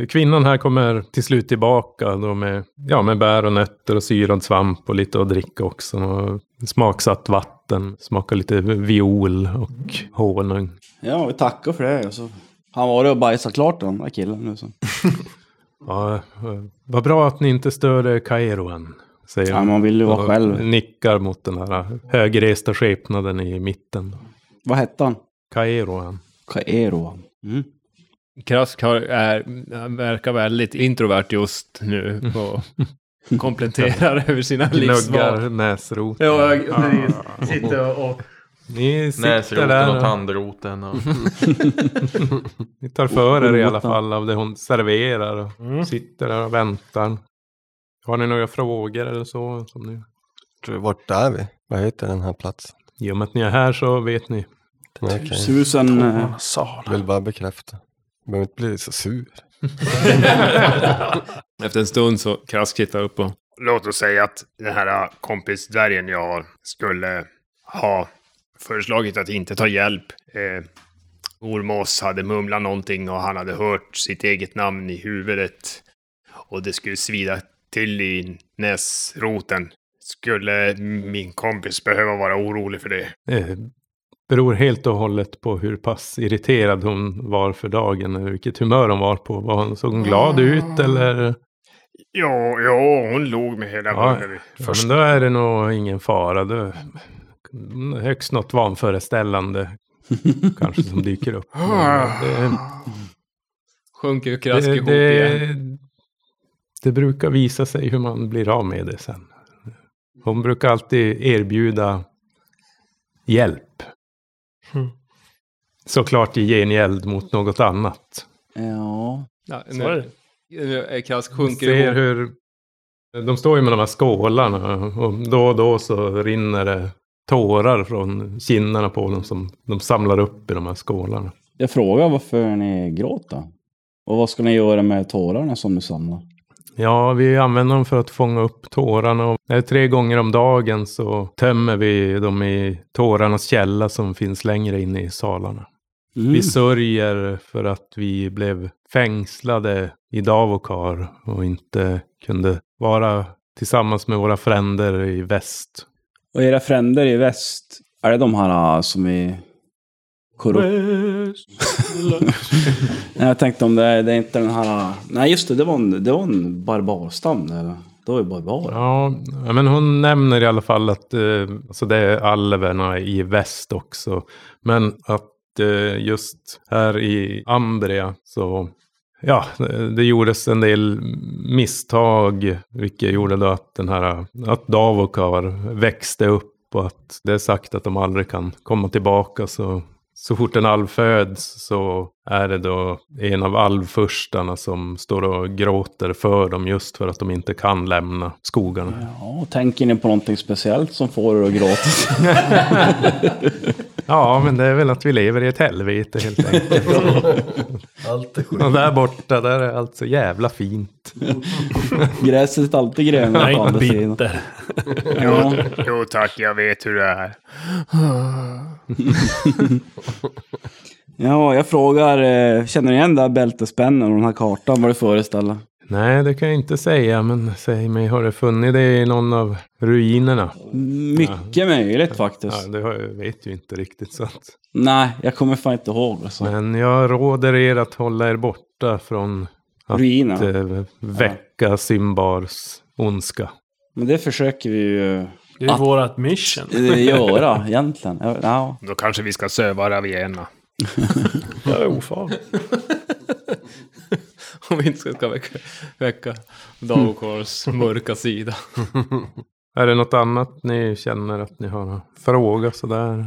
S8: Kvinnan här kommer till slut tillbaka då med, ja, med bär och nötter och syrad svamp och lite att dricka också. Och smaksatt vatten, smakar lite viol och honung.
S5: Ja, vi tackar för det. Och så, han var det och bajsade klart den där killen nu. Så.
S8: Ja, eh, vad bra att ni inte störde Kairoen, säger
S5: Ja,
S8: hon.
S5: man vill ju vara
S8: Och
S5: själv.
S8: Nickar mot den här högresta skepnaden i mitten.
S5: Vad hette han?
S8: Kairoen.
S5: Kaero. Mm.
S7: Krask har, är, han verkar väldigt introvert just nu och kompletterar över sina livsval.
S8: Gnuggar näsroten.
S7: Ja, jag- precis. Sitter och...
S8: Ni sitter
S4: Näsroten och
S8: där och
S4: tandroten. Och...
S8: ni tar för er i alla
S5: Roten.
S8: fall av det hon serverar. Och... Sitter där och väntar. Har ni några frågor eller så? Som ni...
S3: Vart är vi? Vad heter den här platsen?
S8: I och med att ni är här så vet ni.
S3: Nej, okej.
S5: Susan... eh,
S6: Sal.
S3: Jag vill bara bekräfta. Du behöver inte bli så sur.
S7: Efter en stund så Krask tittar upp och...
S9: Låt oss säga att den här kompisdvärgen jag har skulle ha föreslagit att inte ta hjälp. Eh, Ormås hade mumlat någonting och han hade hört sitt eget namn i huvudet. Och det skulle svida till i näsroten. Skulle min kompis behöva vara orolig för det?
S8: Eh, beror helt och hållet på hur pass irriterad hon var för dagen. Eller vilket humör hon var på. Var hon, såg hon glad ut eller?
S9: Ja, ja, hon log med hela
S8: Ja,
S9: munnen.
S8: Ja, men då är det nog ingen fara. Då... mm, Högst något vanföreställande. kanske som dyker upp. Men eh, det-
S7: Sjunker ju Krask ihop igen.
S8: det brukar visa sig hur man blir av med det sen. Hon brukar alltid erbjuda hjälp. såklart i gengäld mot något annat.
S5: Ja.
S7: Ja,
S6: Så är det.
S7: nu, nu är Krask
S8: Man
S7: sjunker
S8: ser
S7: ihop.
S8: hur... De står ju med de här skålarna och då och då så rinner det tårar från kinderna på dem som de samlar upp i de här skålarna.
S5: Jag frågar varför ni gråter. Och vad ska ni göra med tårarna som ni samlar?
S8: Ja, vi använder dem för att fånga upp tårarna. Och eh, tre gånger om dagen så tömmer vi dem i tårarnas källa som finns längre in i salarna.
S5: Mm.
S8: Vi sörjer för att vi blev fängslade i Davokar och inte kunde vara tillsammans med våra fränder i väst.
S5: Och era fränder i väst, är det de här ah, som är korrupt? Nej, jag tänkte om det är, det är inte den här... ah, Nej, just det, det var en, det var en barbarstam. det, Eller? Det var ju barbarer.
S8: Ja, ja, men hon nämner i alla fall att eh, alltså det är alverna i väst också. Men att eh, just här i Ambria så ja, det gjordes en del misstag. Vilket gjorde då att den här att Davokar växte upp och att det är sagt att de aldrig kan komma tillbaka. Så, så fort en alv föds så är det då en av alvfurstarna som står och gråter för dem just för att de inte kan lämna skogarna.
S5: Ja, tänker ni på någonting speciellt som får er att gråta?
S8: Ja, men det är väl att vi lever i ett helvete helt enkelt.
S3: Allt är
S8: Och där borta, där är allt så jävla fint.
S5: Gräset är alltid grönare på andra sidan.
S9: Jo,
S5: Ja.
S9: jo tack, jag vet hur det är.
S5: ja, jag frågar, eh, känner ni igen det här bältespännen och den här kartan, vad det föreställer?
S8: Nej, det kan jag inte säga, men säg mig, har du funnit det i någon av ruinerna?
S5: Mycket möjligt faktiskt.
S8: Ja, det har jag, vet ju inte riktigt. Så att...
S5: Nej, jag kommer fan inte ihåg. Alltså.
S8: Men jag råder er att hålla er borta från att
S5: Ruinerna.
S8: eh, väcka Simbars ondska.
S5: Men det försöker vi ju eh,
S6: Det är
S5: Att-
S6: vårat mission.
S5: eh, göra egentligen. Ja, Ja,
S9: Då kanske vi ska söva Ravienna.
S6: Jag är ofarlig.
S7: Om vi inte ska- ska väcka, väcka Davokars mörka sida.
S8: Är det något annat ni känner att ni har en fråga sådär?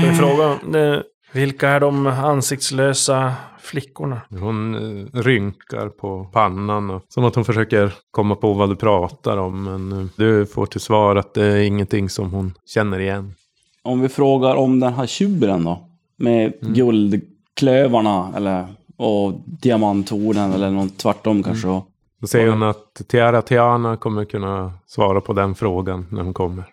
S6: Får jag fråga, eh, vilka är de ansiktslösa flickorna?
S8: Hon eh, rynkar på pannan, och, som att hon försöker komma på vad du pratar om. Men eh, du får till svar att det är ingenting som hon känner igen.
S5: Om vi frågar om den här tjuren då? Med guldklövarna eller, och diamanthornen eller något tvärtom kanske. då.
S8: Då säger hon att Tiara Tiana kommer kunna svara på den frågan när hon kommer.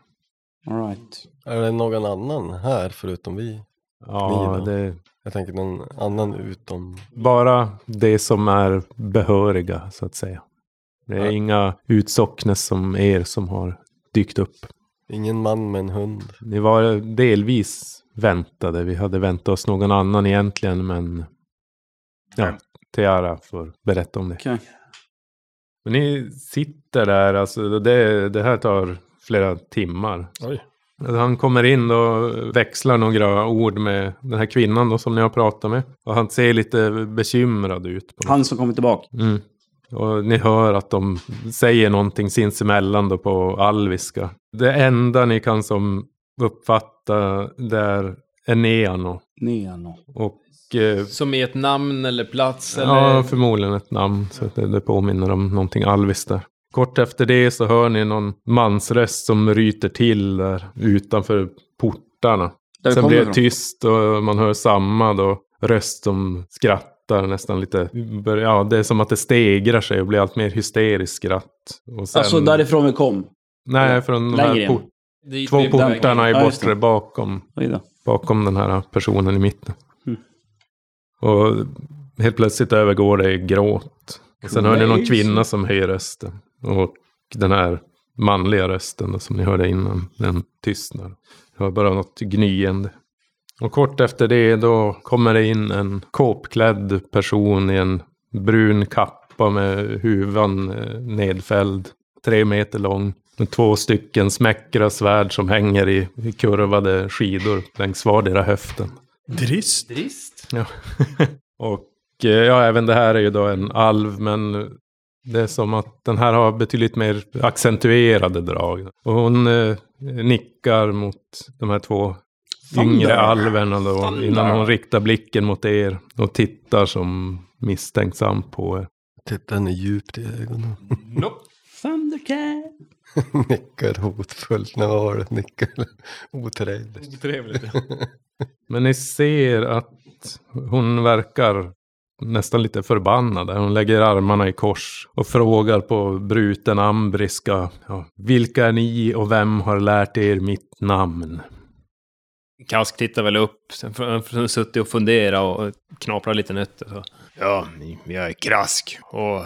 S5: All right.
S3: Är det någon annan här förutom vi?
S8: Ja,
S3: Kniven.
S8: det är
S3: Jag tänker någon annan utom...
S8: bara det som är behöriga så att säga. Det är
S3: Ja.
S8: inga utsocknes som er som har dykt upp.
S3: Ingen man med en hund.
S8: Ni var delvis väntade. Vi hade väntat oss någon annan egentligen, men... Ja, Tiara får berätta om det.
S5: Okej.
S8: Men ni sitter där, alltså det, det här tar flera timmar. Alltså,
S6: Oj.
S8: Han kommer in och växlar några ord med den här kvinnan då som ni har pratat med. Och han ser lite bekymrad ut. På
S5: Han som kommer tillbaka.
S8: Mm. Och ni hör att de säger någonting sinsemellan då på alviska. Det enda ni kan som uppfatta där är Neano.
S5: Neano.
S8: Och eh,
S7: Som i ett namn eller plats eller...
S8: ja, förmodligen ett namn. Så att det, det påminner om någonting alviskt där. Kort efter det så hör ni någon mansröst som ryter till där utanför portarna.
S5: Där vi
S8: Sen
S5: kommer
S8: blir det
S5: ifrån.
S8: tyst och man hör samma då röst som skrattar nästan lite. börjar- Ja, det är som att det stegrar sig och blir allt mer hysteriskt skratt. Och sen,
S5: Alltså därifrån vi kom.
S8: Nej, från de
S5: längre
S8: här
S5: in.
S8: port,
S7: Dit
S8: två
S7: vi är typ- på väg.
S8: portarna i
S5: Ja, just det.
S8: bortre bakom,
S5: Oj då.
S8: bakom den här personen i mitten.
S5: Mm.
S8: Och helt plötsligt övergår det i gråt. Och sen hör ni någon kvinna som höjer rösten. Och den här manliga rösten då, som ni hörde innan, den tystnar. Det var bara något gnyende. Och kort efter det då kommer det in en kåpklädd person i en brun kappa med huvan eh, nedfälld. Tre meter lång. Med två stycken smäckra svärd som hänger i i kurvade skidor längs vardera höften.
S6: Drist.
S7: Drist.
S8: Ja. och eh, ja, även det här är ju då en alv, men det är som att den här har betydligt mer accentuerade drag. Och hon eh, nickar mot de här två yngre alverna då, innan hon riktar blicken mot er och tittar som misstänksam på er.
S3: Titta henne djupt i ögonen.
S5: Thundercat!
S3: nickar hotfullt. Nu har du nickar otrevligt.
S7: Otrevligt, ja.
S8: Men ni ser att hon verkar nästan lite förbannad. Hon lägger armarna i kors och frågar på bruten ambriska. Ja, Vilka är ni och vem har lärt er mitt namn?
S7: Kask tittar väl upp, sen har han suttit och funderat och knaprar lite nötter. Så.
S9: Ja, jag är Krask. Och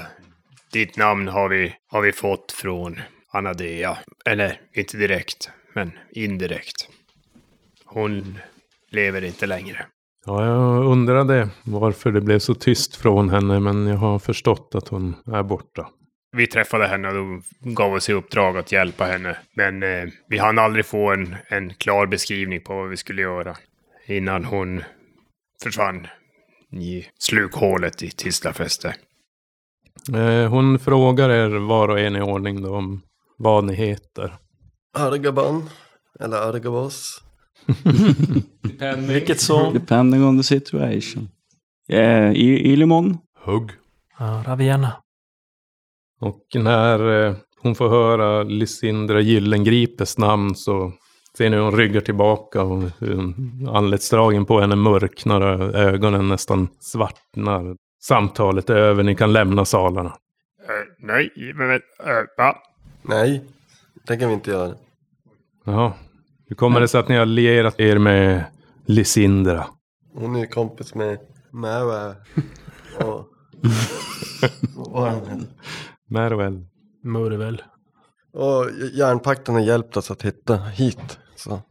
S9: ditt namn har vi, har vi fått från Anadea. Eller inte direkt, men indirekt. Hon lever inte längre.
S8: Ja, jag undrade varför det blev så tyst från henne, men jag har förstått att hon är borta.
S9: Vi träffade henne och då gav oss i uppdrag att hjälpa henne. Men eh, vi hann aldrig få en, en klar beskrivning på vad vi skulle göra. Innan hon försvann i slukhålet i Tislafäste.
S8: Eh, Hon frågar er var och en i ordning då om vad ni heter.
S3: Argaban. Eller Argabas. Vilket
S6: så.
S5: Depending on the situation. Eh, I- Ilimon?
S8: Hugg.
S6: Ja, Ravienna.
S8: Och när eh, hon får höra Lysindra Gyllengripes namn så ser ni hur hon ryggar tillbaka och hur anletsdragen på henne mörknar och ögonen nästan svartnar. Samtalet är över, ni kan lämna salarna.
S9: Eh, nej, men eh, va?
S3: Nej, det kan vi inte göra.
S8: Jaha. Hur kommer det sig att ni har lierat er med Lysindra?
S3: Hon är ju kompis med Mävä. Och... Vad var han heter?
S8: Merwell.
S6: Murvel.
S3: Och järnpakten har hjälpt oss att hitta hit. Så.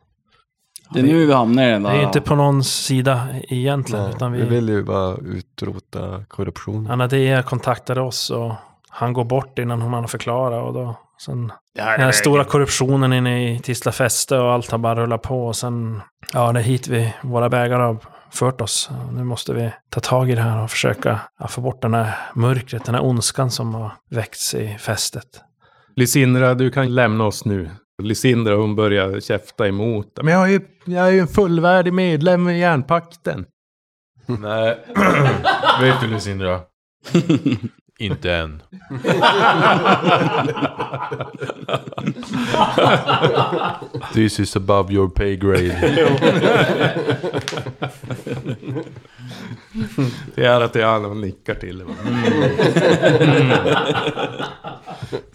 S5: Det är nu vi hamnar i den
S6: Det
S5: där...
S6: är ju inte på någon sida egentligen.
S3: Nej,
S6: utan
S3: eh, vi...
S6: vi,
S3: vill ju bara utrota korruption.
S6: Anadea kontaktade oss och han går bort innan hon hann förklara. Och då, sen,
S9: Det här
S6: den här
S9: är-
S6: stora korruptionen inne i Tisla Fäste och allt har bara rullat på. Och sen, ja, det är hit vi, våra vägar har fört oss. Nu måste vi ta tag i det här och försöka ja, få bort den här mörkret, den här ondskan som har väckts i fästet.
S8: Lysindra, du kan lämna oss nu. Lysindra, hon börjar käfta emot. Men jag är ju, jag är ju en fullvärdig medlem i järnpakten.
S4: Nej. Vet du Lucindra? Inte än. This is above your pay grade.
S8: Det är att det är alla hon nickar till. det bara.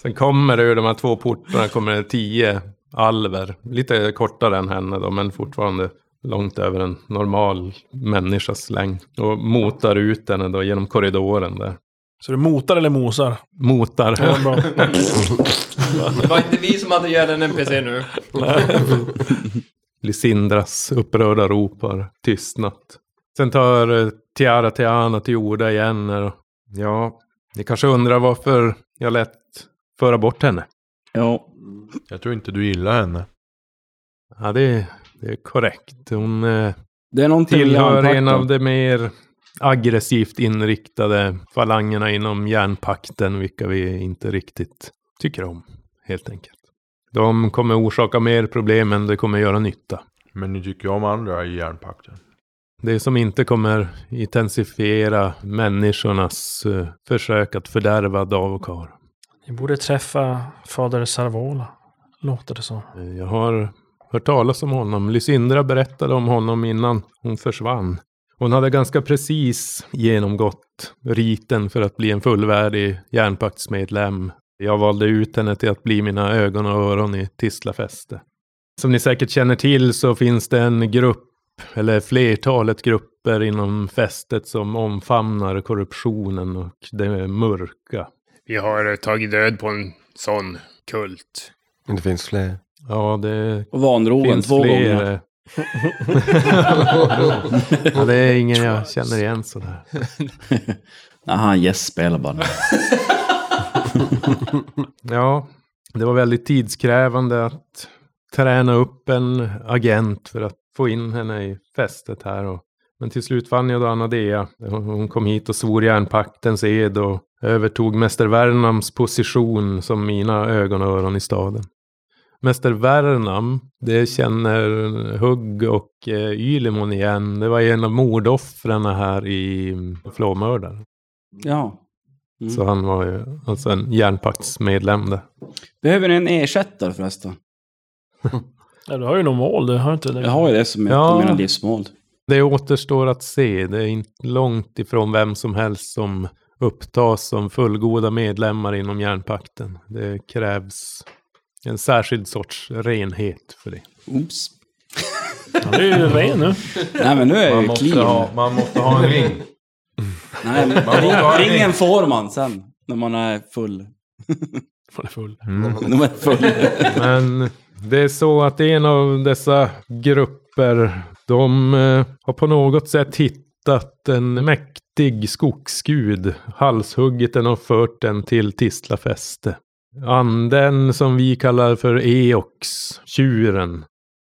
S8: Sen kommer det ur de här två portarna kommer det tio alver. Lite kortare än henne då, men fortfarande långt över en normal människas längd. Och motar ut henne då genom korridoren där.
S6: Så du motar eller mosar?
S8: Motar.
S6: Ja, bra.
S7: Det var inte vi som hade ihjäl en NPC nu.
S8: Lysindras upprörda rop har tystnat. Sen tar eh, Tiara Teana till orda igen. här och- Ja, ni kanske undrar varför jag lät föra bort henne.
S5: Ja.
S4: Jag tror inte du gillar henne.
S8: Ja, det, det är korrekt. Hon eh,
S5: Det är någonting
S8: tillhör
S5: vi har
S8: en
S5: anpackat.
S8: av de mer aggressivt inriktade falangerna inom järnpakten, vilka vi inte riktigt tycker om, helt enkelt. De kommer orsaka mer problem än det kommer göra nytta.
S4: Men ni tycker om andra i järnpakten.
S8: Det som inte kommer intensifiera människornas eh, försök att fördärva Davokar.
S6: Ni borde träffa fader Sarvola, låter det som.
S8: Eh, Jag har hört talas om honom. Lysindra berättade om honom innan hon försvann. Hon hade ganska precis genomgått riten för att bli en fullvärdig järnpaktsmedlem. Jag valde ut henne till att bli mina ögon och öron i Tislafäste. Som ni säkert känner till så finns det en grupp, eller flertalet grupper inom fästet som omfamnar korruptionen och det mörka.
S9: Vi har eh, tagit död på en sån kult.
S3: Men det finns fler.
S8: Ja, det
S5: Och vanrogen
S8: finns
S5: två gånger.
S8: fler. ja, det är ingen jag känner igen sådär.
S5: Nej, han gästspelar bara.
S8: Ja, det var väldigt tidskrävande att träna upp en agent för att få in henne i fästet här. Och, men till slut fann jag då Anadea. Hon hon kom hit och svor järnpaktens ed och övertog mäster Värnams position som mina ögon och öron i staden. Mäster Värnam, det känner Hugg och eh, Ylimon igen. Det var en av mordoffren här i Flåmördaren.
S5: Ja. Mm.
S8: Så han var ju alltså en järnpaktsmedlem där.
S5: Behöver ni en ersättare förresten?
S6: Ja, du har ju något mål, du har inte det?
S5: Jag har ju det som ett av mina livsmål.
S8: Det återstår att se. Det är inte långt ifrån vem som helst som upptas som fullgoda medlemmar inom järnpakten. Det krävs en särskild sorts renhet för det.
S5: Oops.
S6: Ja, du är ju ren nu.
S5: Nej men nu är jag
S4: Man
S5: ju
S4: måste
S5: clean.
S4: ha- man måste ha en ring.
S5: Nej,
S4: Man
S5: men
S4: måste ha en
S5: ring,
S4: ring.
S5: ringen får man sen. När man är full.
S6: Man är full.
S5: När man är full.
S8: Men det är så att en av dessa grupper, de eh, har på något sätt hittat en mäktig skogsgud, halshugget den och fört den till Tislafäste. Anden som vi kallar för Eox, tjuren,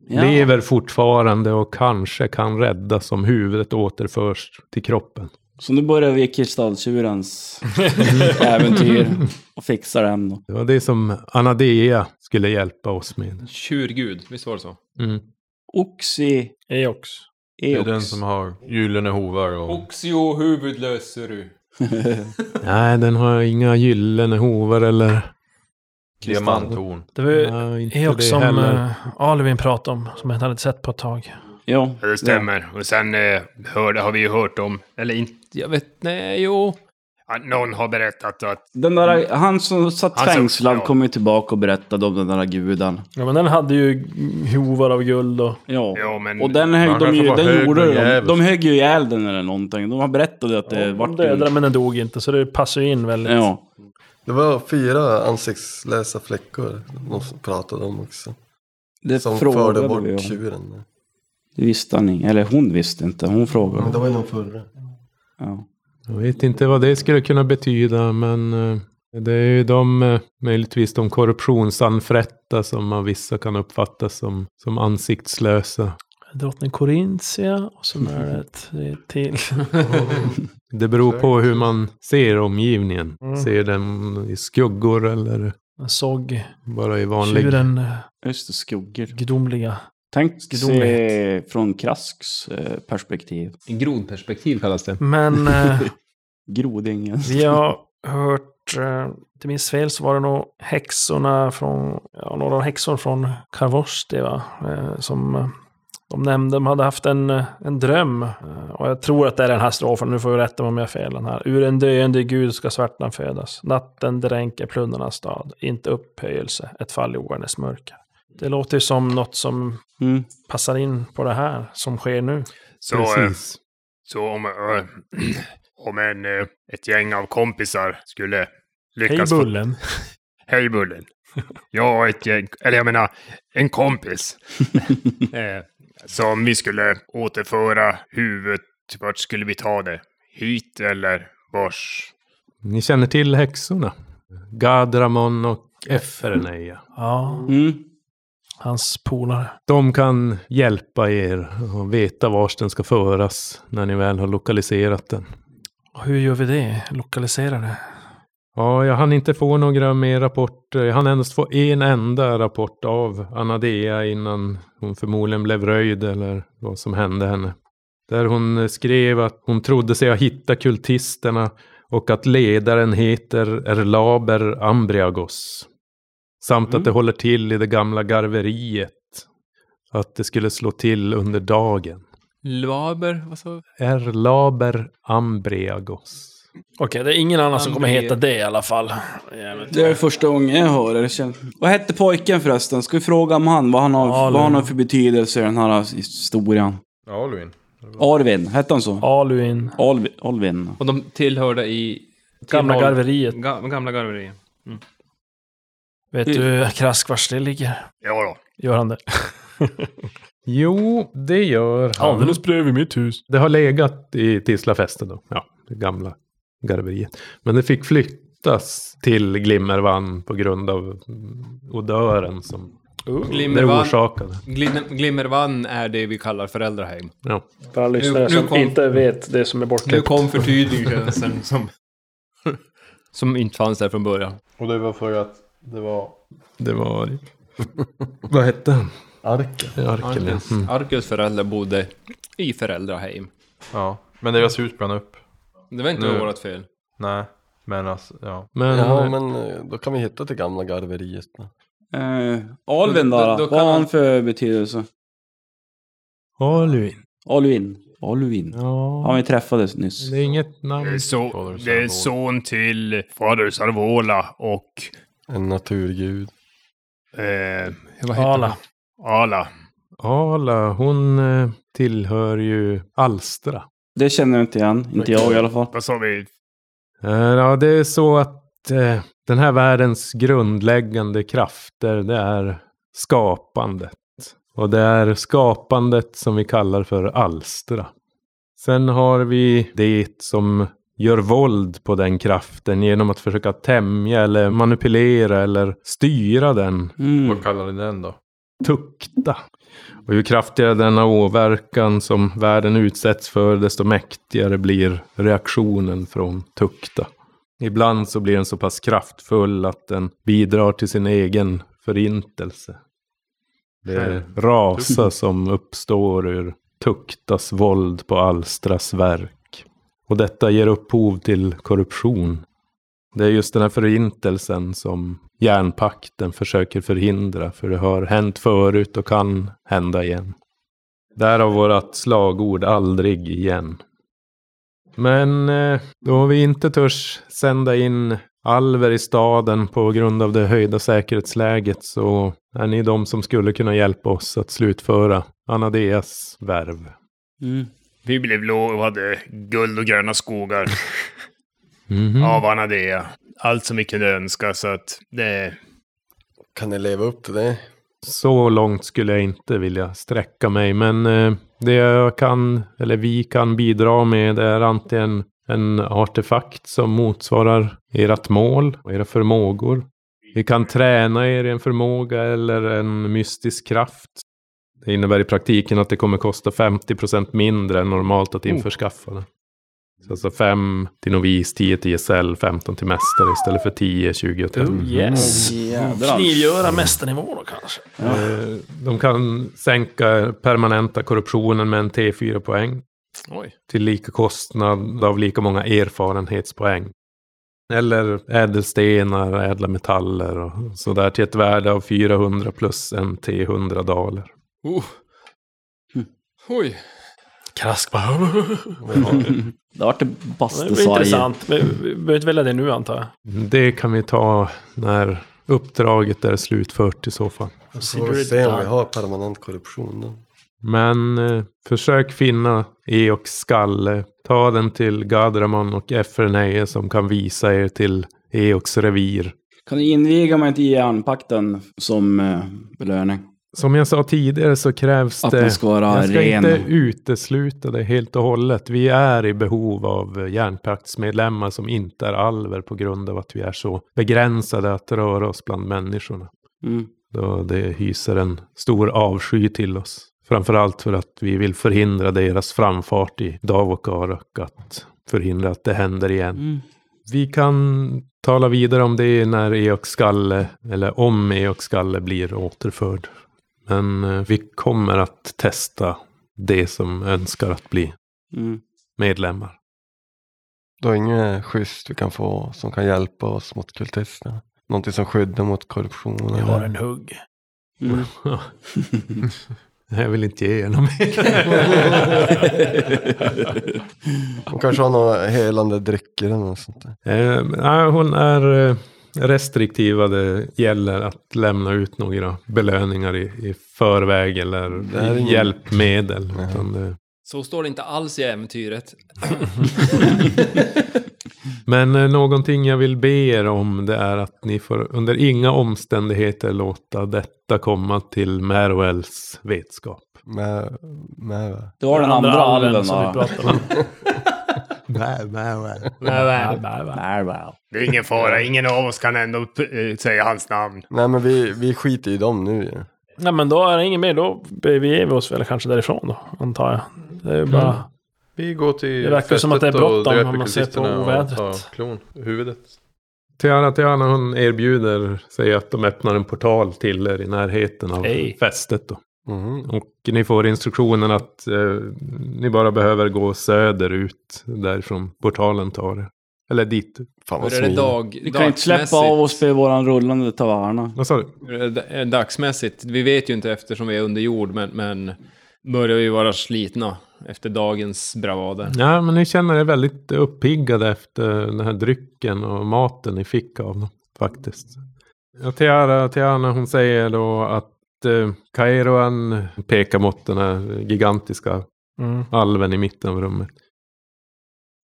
S5: Ja.
S8: lever fortfarande och kanske kan räddas om huvudet återförs till kroppen.
S5: Så nu börjar vi kristalltjurens äventyr och fixar den då.
S8: Det var det som Anadea skulle hjälpa oss med.
S7: Tjurgud, visst var det så?
S8: Mm.
S5: Oxy
S6: Eox.
S4: Det är
S5: Eox.
S4: den som har gyllene hovar och...
S10: Oxio huvudlös ser du.
S8: Nej, den har inga gyllene hovar eller...
S4: Diamanthorn.
S6: Det var ju
S8: Nej, inte
S6: Eox
S8: det
S6: Eh, som
S8: heller.
S6: eh, Alvin pratade om, som jag inte hade sett på ett tag.
S5: Ja,
S9: Ja, det stämmer. Och sen eh, hörde, har vi ju hört om, eller inte,
S7: Jag vet, nej, jo.
S9: att någon har berättat att
S5: Den där, han som satt
S9: Han som-
S5: fängslad
S9: ja.
S5: kom ju tillbaka och berättade om den där guden.
S6: Ja, men den hade ju hovar av guld och...
S5: Ja.
S9: ja, men
S5: Och den,
S4: Man
S5: högg de
S4: kanske
S5: ju,
S4: var
S5: den
S4: hög
S5: gjorde
S4: och
S5: de.
S4: jävligt.
S5: De högg ju ihjäl den eller någonting. De har berättat att det
S6: De
S5: vart
S6: dödade
S5: ju...
S6: men den dog inte, så det passar ju in väldigt.
S5: Ja.
S3: Det var fyra ansiktslösa fläckor de pratade om också.
S5: Det
S3: Som förde
S5: frågade vi
S3: bort
S5: om.
S3: tjuren.
S5: Det visste han inte. Eller hon visste inte. Hon
S3: Men
S5: frågade.
S3: det var ju de förra.
S5: Ja.
S8: Jag vet inte vad det skulle kunna betyda, men eh, det är ju de, eh, möjligtvis de korruptionsanfrätta som av vissa kan uppfattas som, som ansiktslösa.
S6: Drottning Corinthia och sen är det ett ett till.
S8: Det beror på hur man ser omgivningen.
S6: Mm.
S8: Ser den i skuggor eller
S6: En såg
S8: bara i vanlig...
S6: tjuren eh,
S5: Just det, skuggor.
S6: gudomliga.
S5: Tänk se
S6: Gudomlighet.
S5: från Krasks eh, perspektiv.
S7: Grodperspektiv kallas det.
S6: Men eh,
S5: Grodingen.
S6: vi har hört, eh, inte minst fel så var det nog häxorna från, ja, några häxor från Karvosti va? Eh, som eh, de nämnde, de hade haft en, eh, en dröm. Eh, och jag tror att det är den här strofen, nu får vi rätta mig om jag har fel den här. Ur en döende gud ska svärtan födas. Natten dränker plundrarnas stad. Inte upphöjelse, ett fall i oernes mörker. Det låter ju som något som
S5: Mm.
S6: passar in på det här som sker nu.
S9: så, eh,
S8: Precis.
S9: så om, eh, om en, eh, ett gäng av kompisar skulle
S6: Hej
S9: lyckas få
S6: Bullen!
S9: Hej Bullen. Jag och ett gäng, eller jag menar en kompis. eh, som vi skulle återföra huvudet. Vart skulle vi ta det? Hit eller vars?
S8: Ni känner till häxorna? Gadramon och Efreneja.
S6: Ja,
S5: Mm.
S6: hans polare.
S8: De kan hjälpa er och veta vars den ska föras när ni väl har lokaliserat den.
S6: Och Hur gör vi det? Lokaliserar det?
S8: Ja, jag hann inte få några mer rapporter. Jag hann endast få en enda rapport av Anadea innan hon förmodligen blev röjd eller vad som hände henne. Där hon eh, skrev att hon trodde sig ha hittat kultisterna och att ledaren heter Erlaber Ambriagos. Samt
S7: Mm.
S8: att det håller till i det gamla garveriet. Att det skulle slå till under dagen.
S7: Laber, vad sa
S8: Erlaber Ambriagos.
S6: Okej, det är ingen annan som kommer
S7: André.
S6: heta det i alla fall.
S5: Det är första gången jag hör det. Känns... Vad hette pojken förresten? Ska vi fråga om han, vad han har,
S6: Alun.
S5: vad han har för betydelse i den här historien?
S4: Alvin.
S5: Arvin, hette han så?
S6: Aluin.
S5: Alvin. Alvin.
S7: Och de tillhörde i...
S6: Gamla
S7: tillhör-
S6: garveriet.
S7: Ga, gamla garveriet. Mm.
S6: Vet du Krask vars det ligger?
S9: Ja då.
S6: Gör han det?
S8: Jo, det gör han.
S6: bredvid mitt hus.
S8: Det har legat i Tislafästen då. Ja, det gamla garveriet. Men det fick flyttas till Glimmervann på grund av mm, odören som det
S7: Oh, Glimmervann,
S8: orsakade.
S7: Glim- Glimmervann är det vi kallar föräldrahem.
S8: Ja.
S6: För alla lyssnare
S7: Nu- nu
S6: som
S7: kom-
S6: inte vet det som är
S7: Nu
S6: bortklippt.
S7: kom förtydligelsen som... Som inte fanns där från början.
S4: Och det var för att det var
S8: Det var Vad hette han?
S3: Arkel.
S8: Arkel, ja.
S7: Arkels,
S8: Mm.
S7: Arkels föräldrar bodde i föräldrahem.
S4: Ja, men deras hus brann upp.
S7: Det var inte vårt fel.
S4: Nej, men alltså, ja.
S8: Men,
S3: ja, men eh, då kan vi hitta till gamla garveriet. då.
S5: Eh, Alvin då,
S7: Då- då
S5: då,
S7: kan
S5: Vad har han
S7: man-
S5: för betydelse?
S8: Alvin.
S5: Alvin. Alvin.
S8: Ja.
S5: Han vi träffades nyss.
S8: Det är inget namn.
S9: Eh, Så, det är son till fader Sarvola och
S3: En naturgud.
S9: eh,
S6: Ala.
S9: Ala.
S8: Ala, hon eh, tillhör ju Alstra.
S5: Det känner jag inte igen. Inte jag i alla fall.
S9: Vad sa vi?
S8: Eh, Ja, det är så att eh, den här världens grundläggande krafter, det är skapandet. Och det är skapandet som vi kallar för alstra. Sen har vi det som gör våld på den kraften genom att försöka tämja eller manipulera eller styra den
S5: Mm.
S4: Vad kallar ni den då?
S8: tukta. Och ju kraftigare denna åverkan som världen utsätts för, desto mäktigare blir reaktionen från tukta. Ibland så blir den så pass kraftfull att den bidrar till sin egen förintelse. Det är rasa som uppstår ur tuktas våld på alstras verk. Och detta ger upphov till korruption. Det är just den här förintelsen som järnpakten försöker förhindra, för det har hänt förut och kan hända igen. Därav vårt slagord aldrig igen. Men eh, då vi inte törs sända in alver i staden på grund av det höjda säkerhetsläget så är ni de som skulle kunna hjälpa oss att slutföra Anadeas värv.
S5: Mm.
S9: Vi blev lovade guld och gröna skogar
S8: Mhm.
S9: av Anadea. Allt som vi kunde önska så att det...
S3: Kan ni leva upp till det?
S8: Så långt skulle jag inte vilja sträcka mig, men eh, det jag kan, eller vi kan bidra med det är antingen en artefakt som motsvarar ert mål och era förmågor. Vi kan träna er i en förmåga eller en mystisk kraft. Det innebär i praktiken att det kommer kosta 50% mindre än normalt att införskaffa det. Så alltså 5 till novis, 10 till gesäll, 15 till mästare istället för 10, 20 och 30.
S6: Yes.
S5: Jävlar.
S6: Knivgöra mästarnivå då kanske.
S8: Eh, De kan sänka permanenta korruptionen med en T4 poäng.
S7: Oj.
S8: Till lika kostnad av lika många erfarenhetspoäng. Eller ädelstenar, ädla metaller och sådär till ett värde av 400 plus en T100 daler.
S7: Oh.
S5: Mm.
S7: Oj.
S6: Krask bara.
S5: Det vart det
S6: Det blir
S5: bastusaj.
S6: intressant. Vi vi behöver inte välja det nu antar jag.
S8: Det kan vi ta när uppdraget är slutfört i så fall.
S3: Så får vi se om vi har permanent korruption då.
S8: Men eh, försök finna E och Skalle. Ta den till Gadramon och Efreneje som kan visa er till Eoks revir.
S5: Kan du inviga mig till järnpakten som eh, belöning?
S8: Som jag sa tidigare så krävs
S5: Att
S8: det...
S5: man ska vara
S8: Jag ska
S5: ren.
S8: inte utesluta det helt och hållet. Vi är i behov av järnpaktsmedlemmar som inte är alver på grund av att vi är så begränsade att röra oss bland människorna.
S5: Mm.
S8: Då det hyser en stor avsky till oss. Framförallt för att vi vill förhindra deras framfart i Davokar och att förhindra att det händer igen.
S5: Mm.
S8: Vi kan tala vidare om det när Eok Skalle, eller om Eok Skalle blir återförd. Men eh, vi kommer att testa det som önskar att bli
S5: Mm.
S8: medlemmar.
S3: Du har inget schysst du kan få som kan hjälpa oss mot kultisterna? Någonting som skyddar mot korruption?
S6: Vi
S3: eller?
S6: har en hugg.
S5: Mm.
S8: Jag vill inte ge er något
S3: Hon kanske har några helande drycker eller något sånt där.
S8: mer. eh, nej, hon är eh, restriktiv vad det gäller att lämna ut några belöningar i, i förväg eller
S3: Det här är ingen-
S8: hjälpmedel. Utan det,
S7: Så står det inte alls i äventyret.
S8: Men eh, någonting jag vill be er om det är att ni får under inga omständigheter låta detta komma till Merwells vetskap.
S3: Med, med va?
S5: Du har den andra alven
S6: som vi
S5: va?
S6: pratade om.
S3: Med, med va?
S5: Nej, wow.
S9: Det är ingen fara, ingen av oss kan ändå eh, säga hans namn.
S3: Nej men vi, vi skiter i dem nu ju.
S6: Nej men då är det inget mer. Då beger vi oss väl kanske därifrån då. Antar jag. Det är
S5: Mm.
S6: bara...
S4: Vi går till
S6: Det verkar som
S4: fästet
S6: att det är bråttom
S4: och dräper
S6: om man ser på
S4: kultisterna och
S6: ovädret.
S4: tar Klon, huvudet.
S8: Tiana Tiana hon erbjuder sig att de öppnar en portal till er i närheten av
S6: Hej.
S8: fästet. Då. Och ni får instruktionen att eh, ni bara behöver gå söderut därifrån portalen tar er. Eller dit.
S3: Fan
S7: vad Hur är det smidigt. dag-
S5: Vi kan inte släppa
S7: dagsmässigt?
S5: av oss för våran rullande taverna.
S8: Vad sa du?
S7: Eh, Dagsmässigt, vi vet ju inte eftersom vi är under jord, men, men börjar vi vara slitna efter dagens bravader.
S8: Ja, men ni känner er väldigt uppiggade efter den här drycken och maten ni fick av dem faktiskt. Ja, Tiara, Tiana hon säger då att eh, Kairoan pekar mot den här gigantiska
S6: Mm.
S8: alven i mitten av rummet.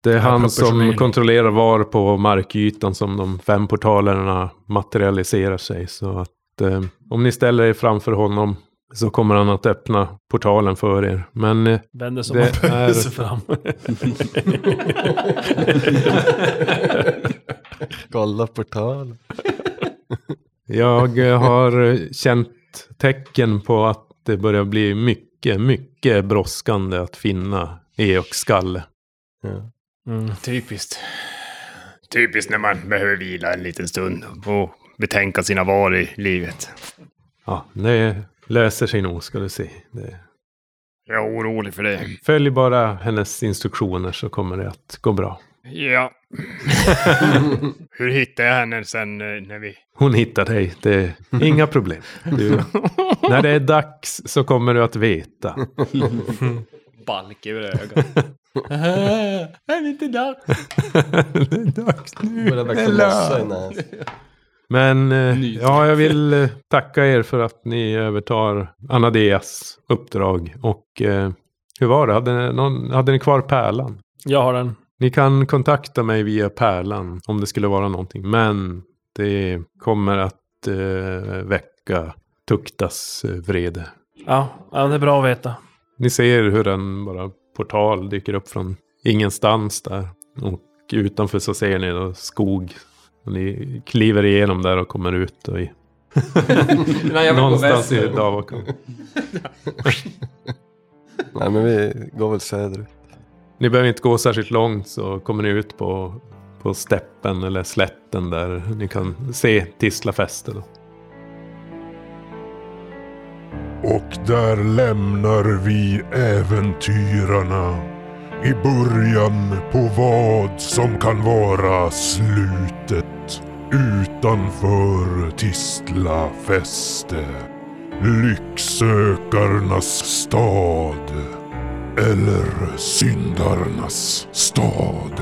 S8: Det är han som
S6: proportionerligt.
S8: kontrollerar var på markytan som de fem portalerna materialiserar sig. Så att eh, om ni ställer er framför honom så kommer han att öppna portalen för er. Men eh,
S6: Vänder sig om och böjer sig fram.
S3: Kolla portalen.
S8: Jag eh, har känt tecken på att det börjar bli mycket, mycket brådskande att finna Eokskalle.
S7: Mm.
S9: Typiskt. Typiskt när man behöver vila en liten stund och betänka sina val i livet.
S8: Ja, det löser sig nog ska du se. Det...
S9: Jag är orolig för det.
S8: Följ bara hennes instruktioner så kommer det att gå bra.
S9: Ja. Hur hittade jag henne sen eh, när vi...
S8: Hon hittar dig, det är inga problem. Du, när det är dags så kommer du att veta.
S7: Balk över ögat. är det inte dags?
S8: det är dags nu.
S3: Börjar växa mossa i näsan.
S8: Men eh, ja, jag vill eh, tacka er för att ni övertar Anadeas uppdrag. Och eh, hur var det? Hade ni, någon, hade ni kvar pärlan?
S6: Jag har den.
S8: Ni kan kontakta mig via pärlan om det skulle vara någonting. Men det kommer att eh, väcka tuktas eh, vrede.
S6: Ja, ja, det är bra att veta.
S8: Ni ser hur en bara portal dyker upp från ingenstans där. Och utanför så ser ni då skog. Och ni kliver igenom där och kommer ut. Och i...
S7: Nej, jag vill gå
S8: Någonstans i
S7: väster.
S8: Davakan.
S3: Nej men vi går väl söderut.
S8: Ni behöver inte gå särskilt långt så kommer ni ut på, på steppen eller slätten där ni kan se Tislafäste. Då.
S1: Och där lämnar vi äventyrarna i början på vad som kan vara slutet utanför Tistla fäste. Lycksökarnas stad. Eller syndarnas stad.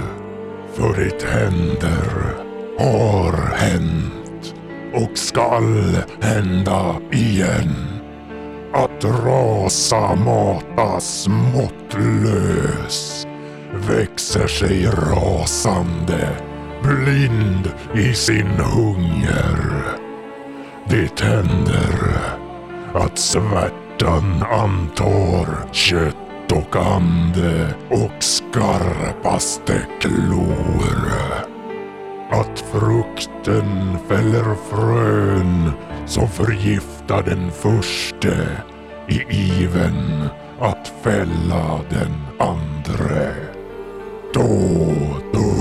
S1: För det händer, har hänt och skall hända igen att rasa matas måttlös, växer sig rasande, blind i sin hunger. Det händer att svärtan antar kött och ande och skarpaste klor. Att frukten fäller frön som förgiftar den förste i iven att fälla den andre. Då dör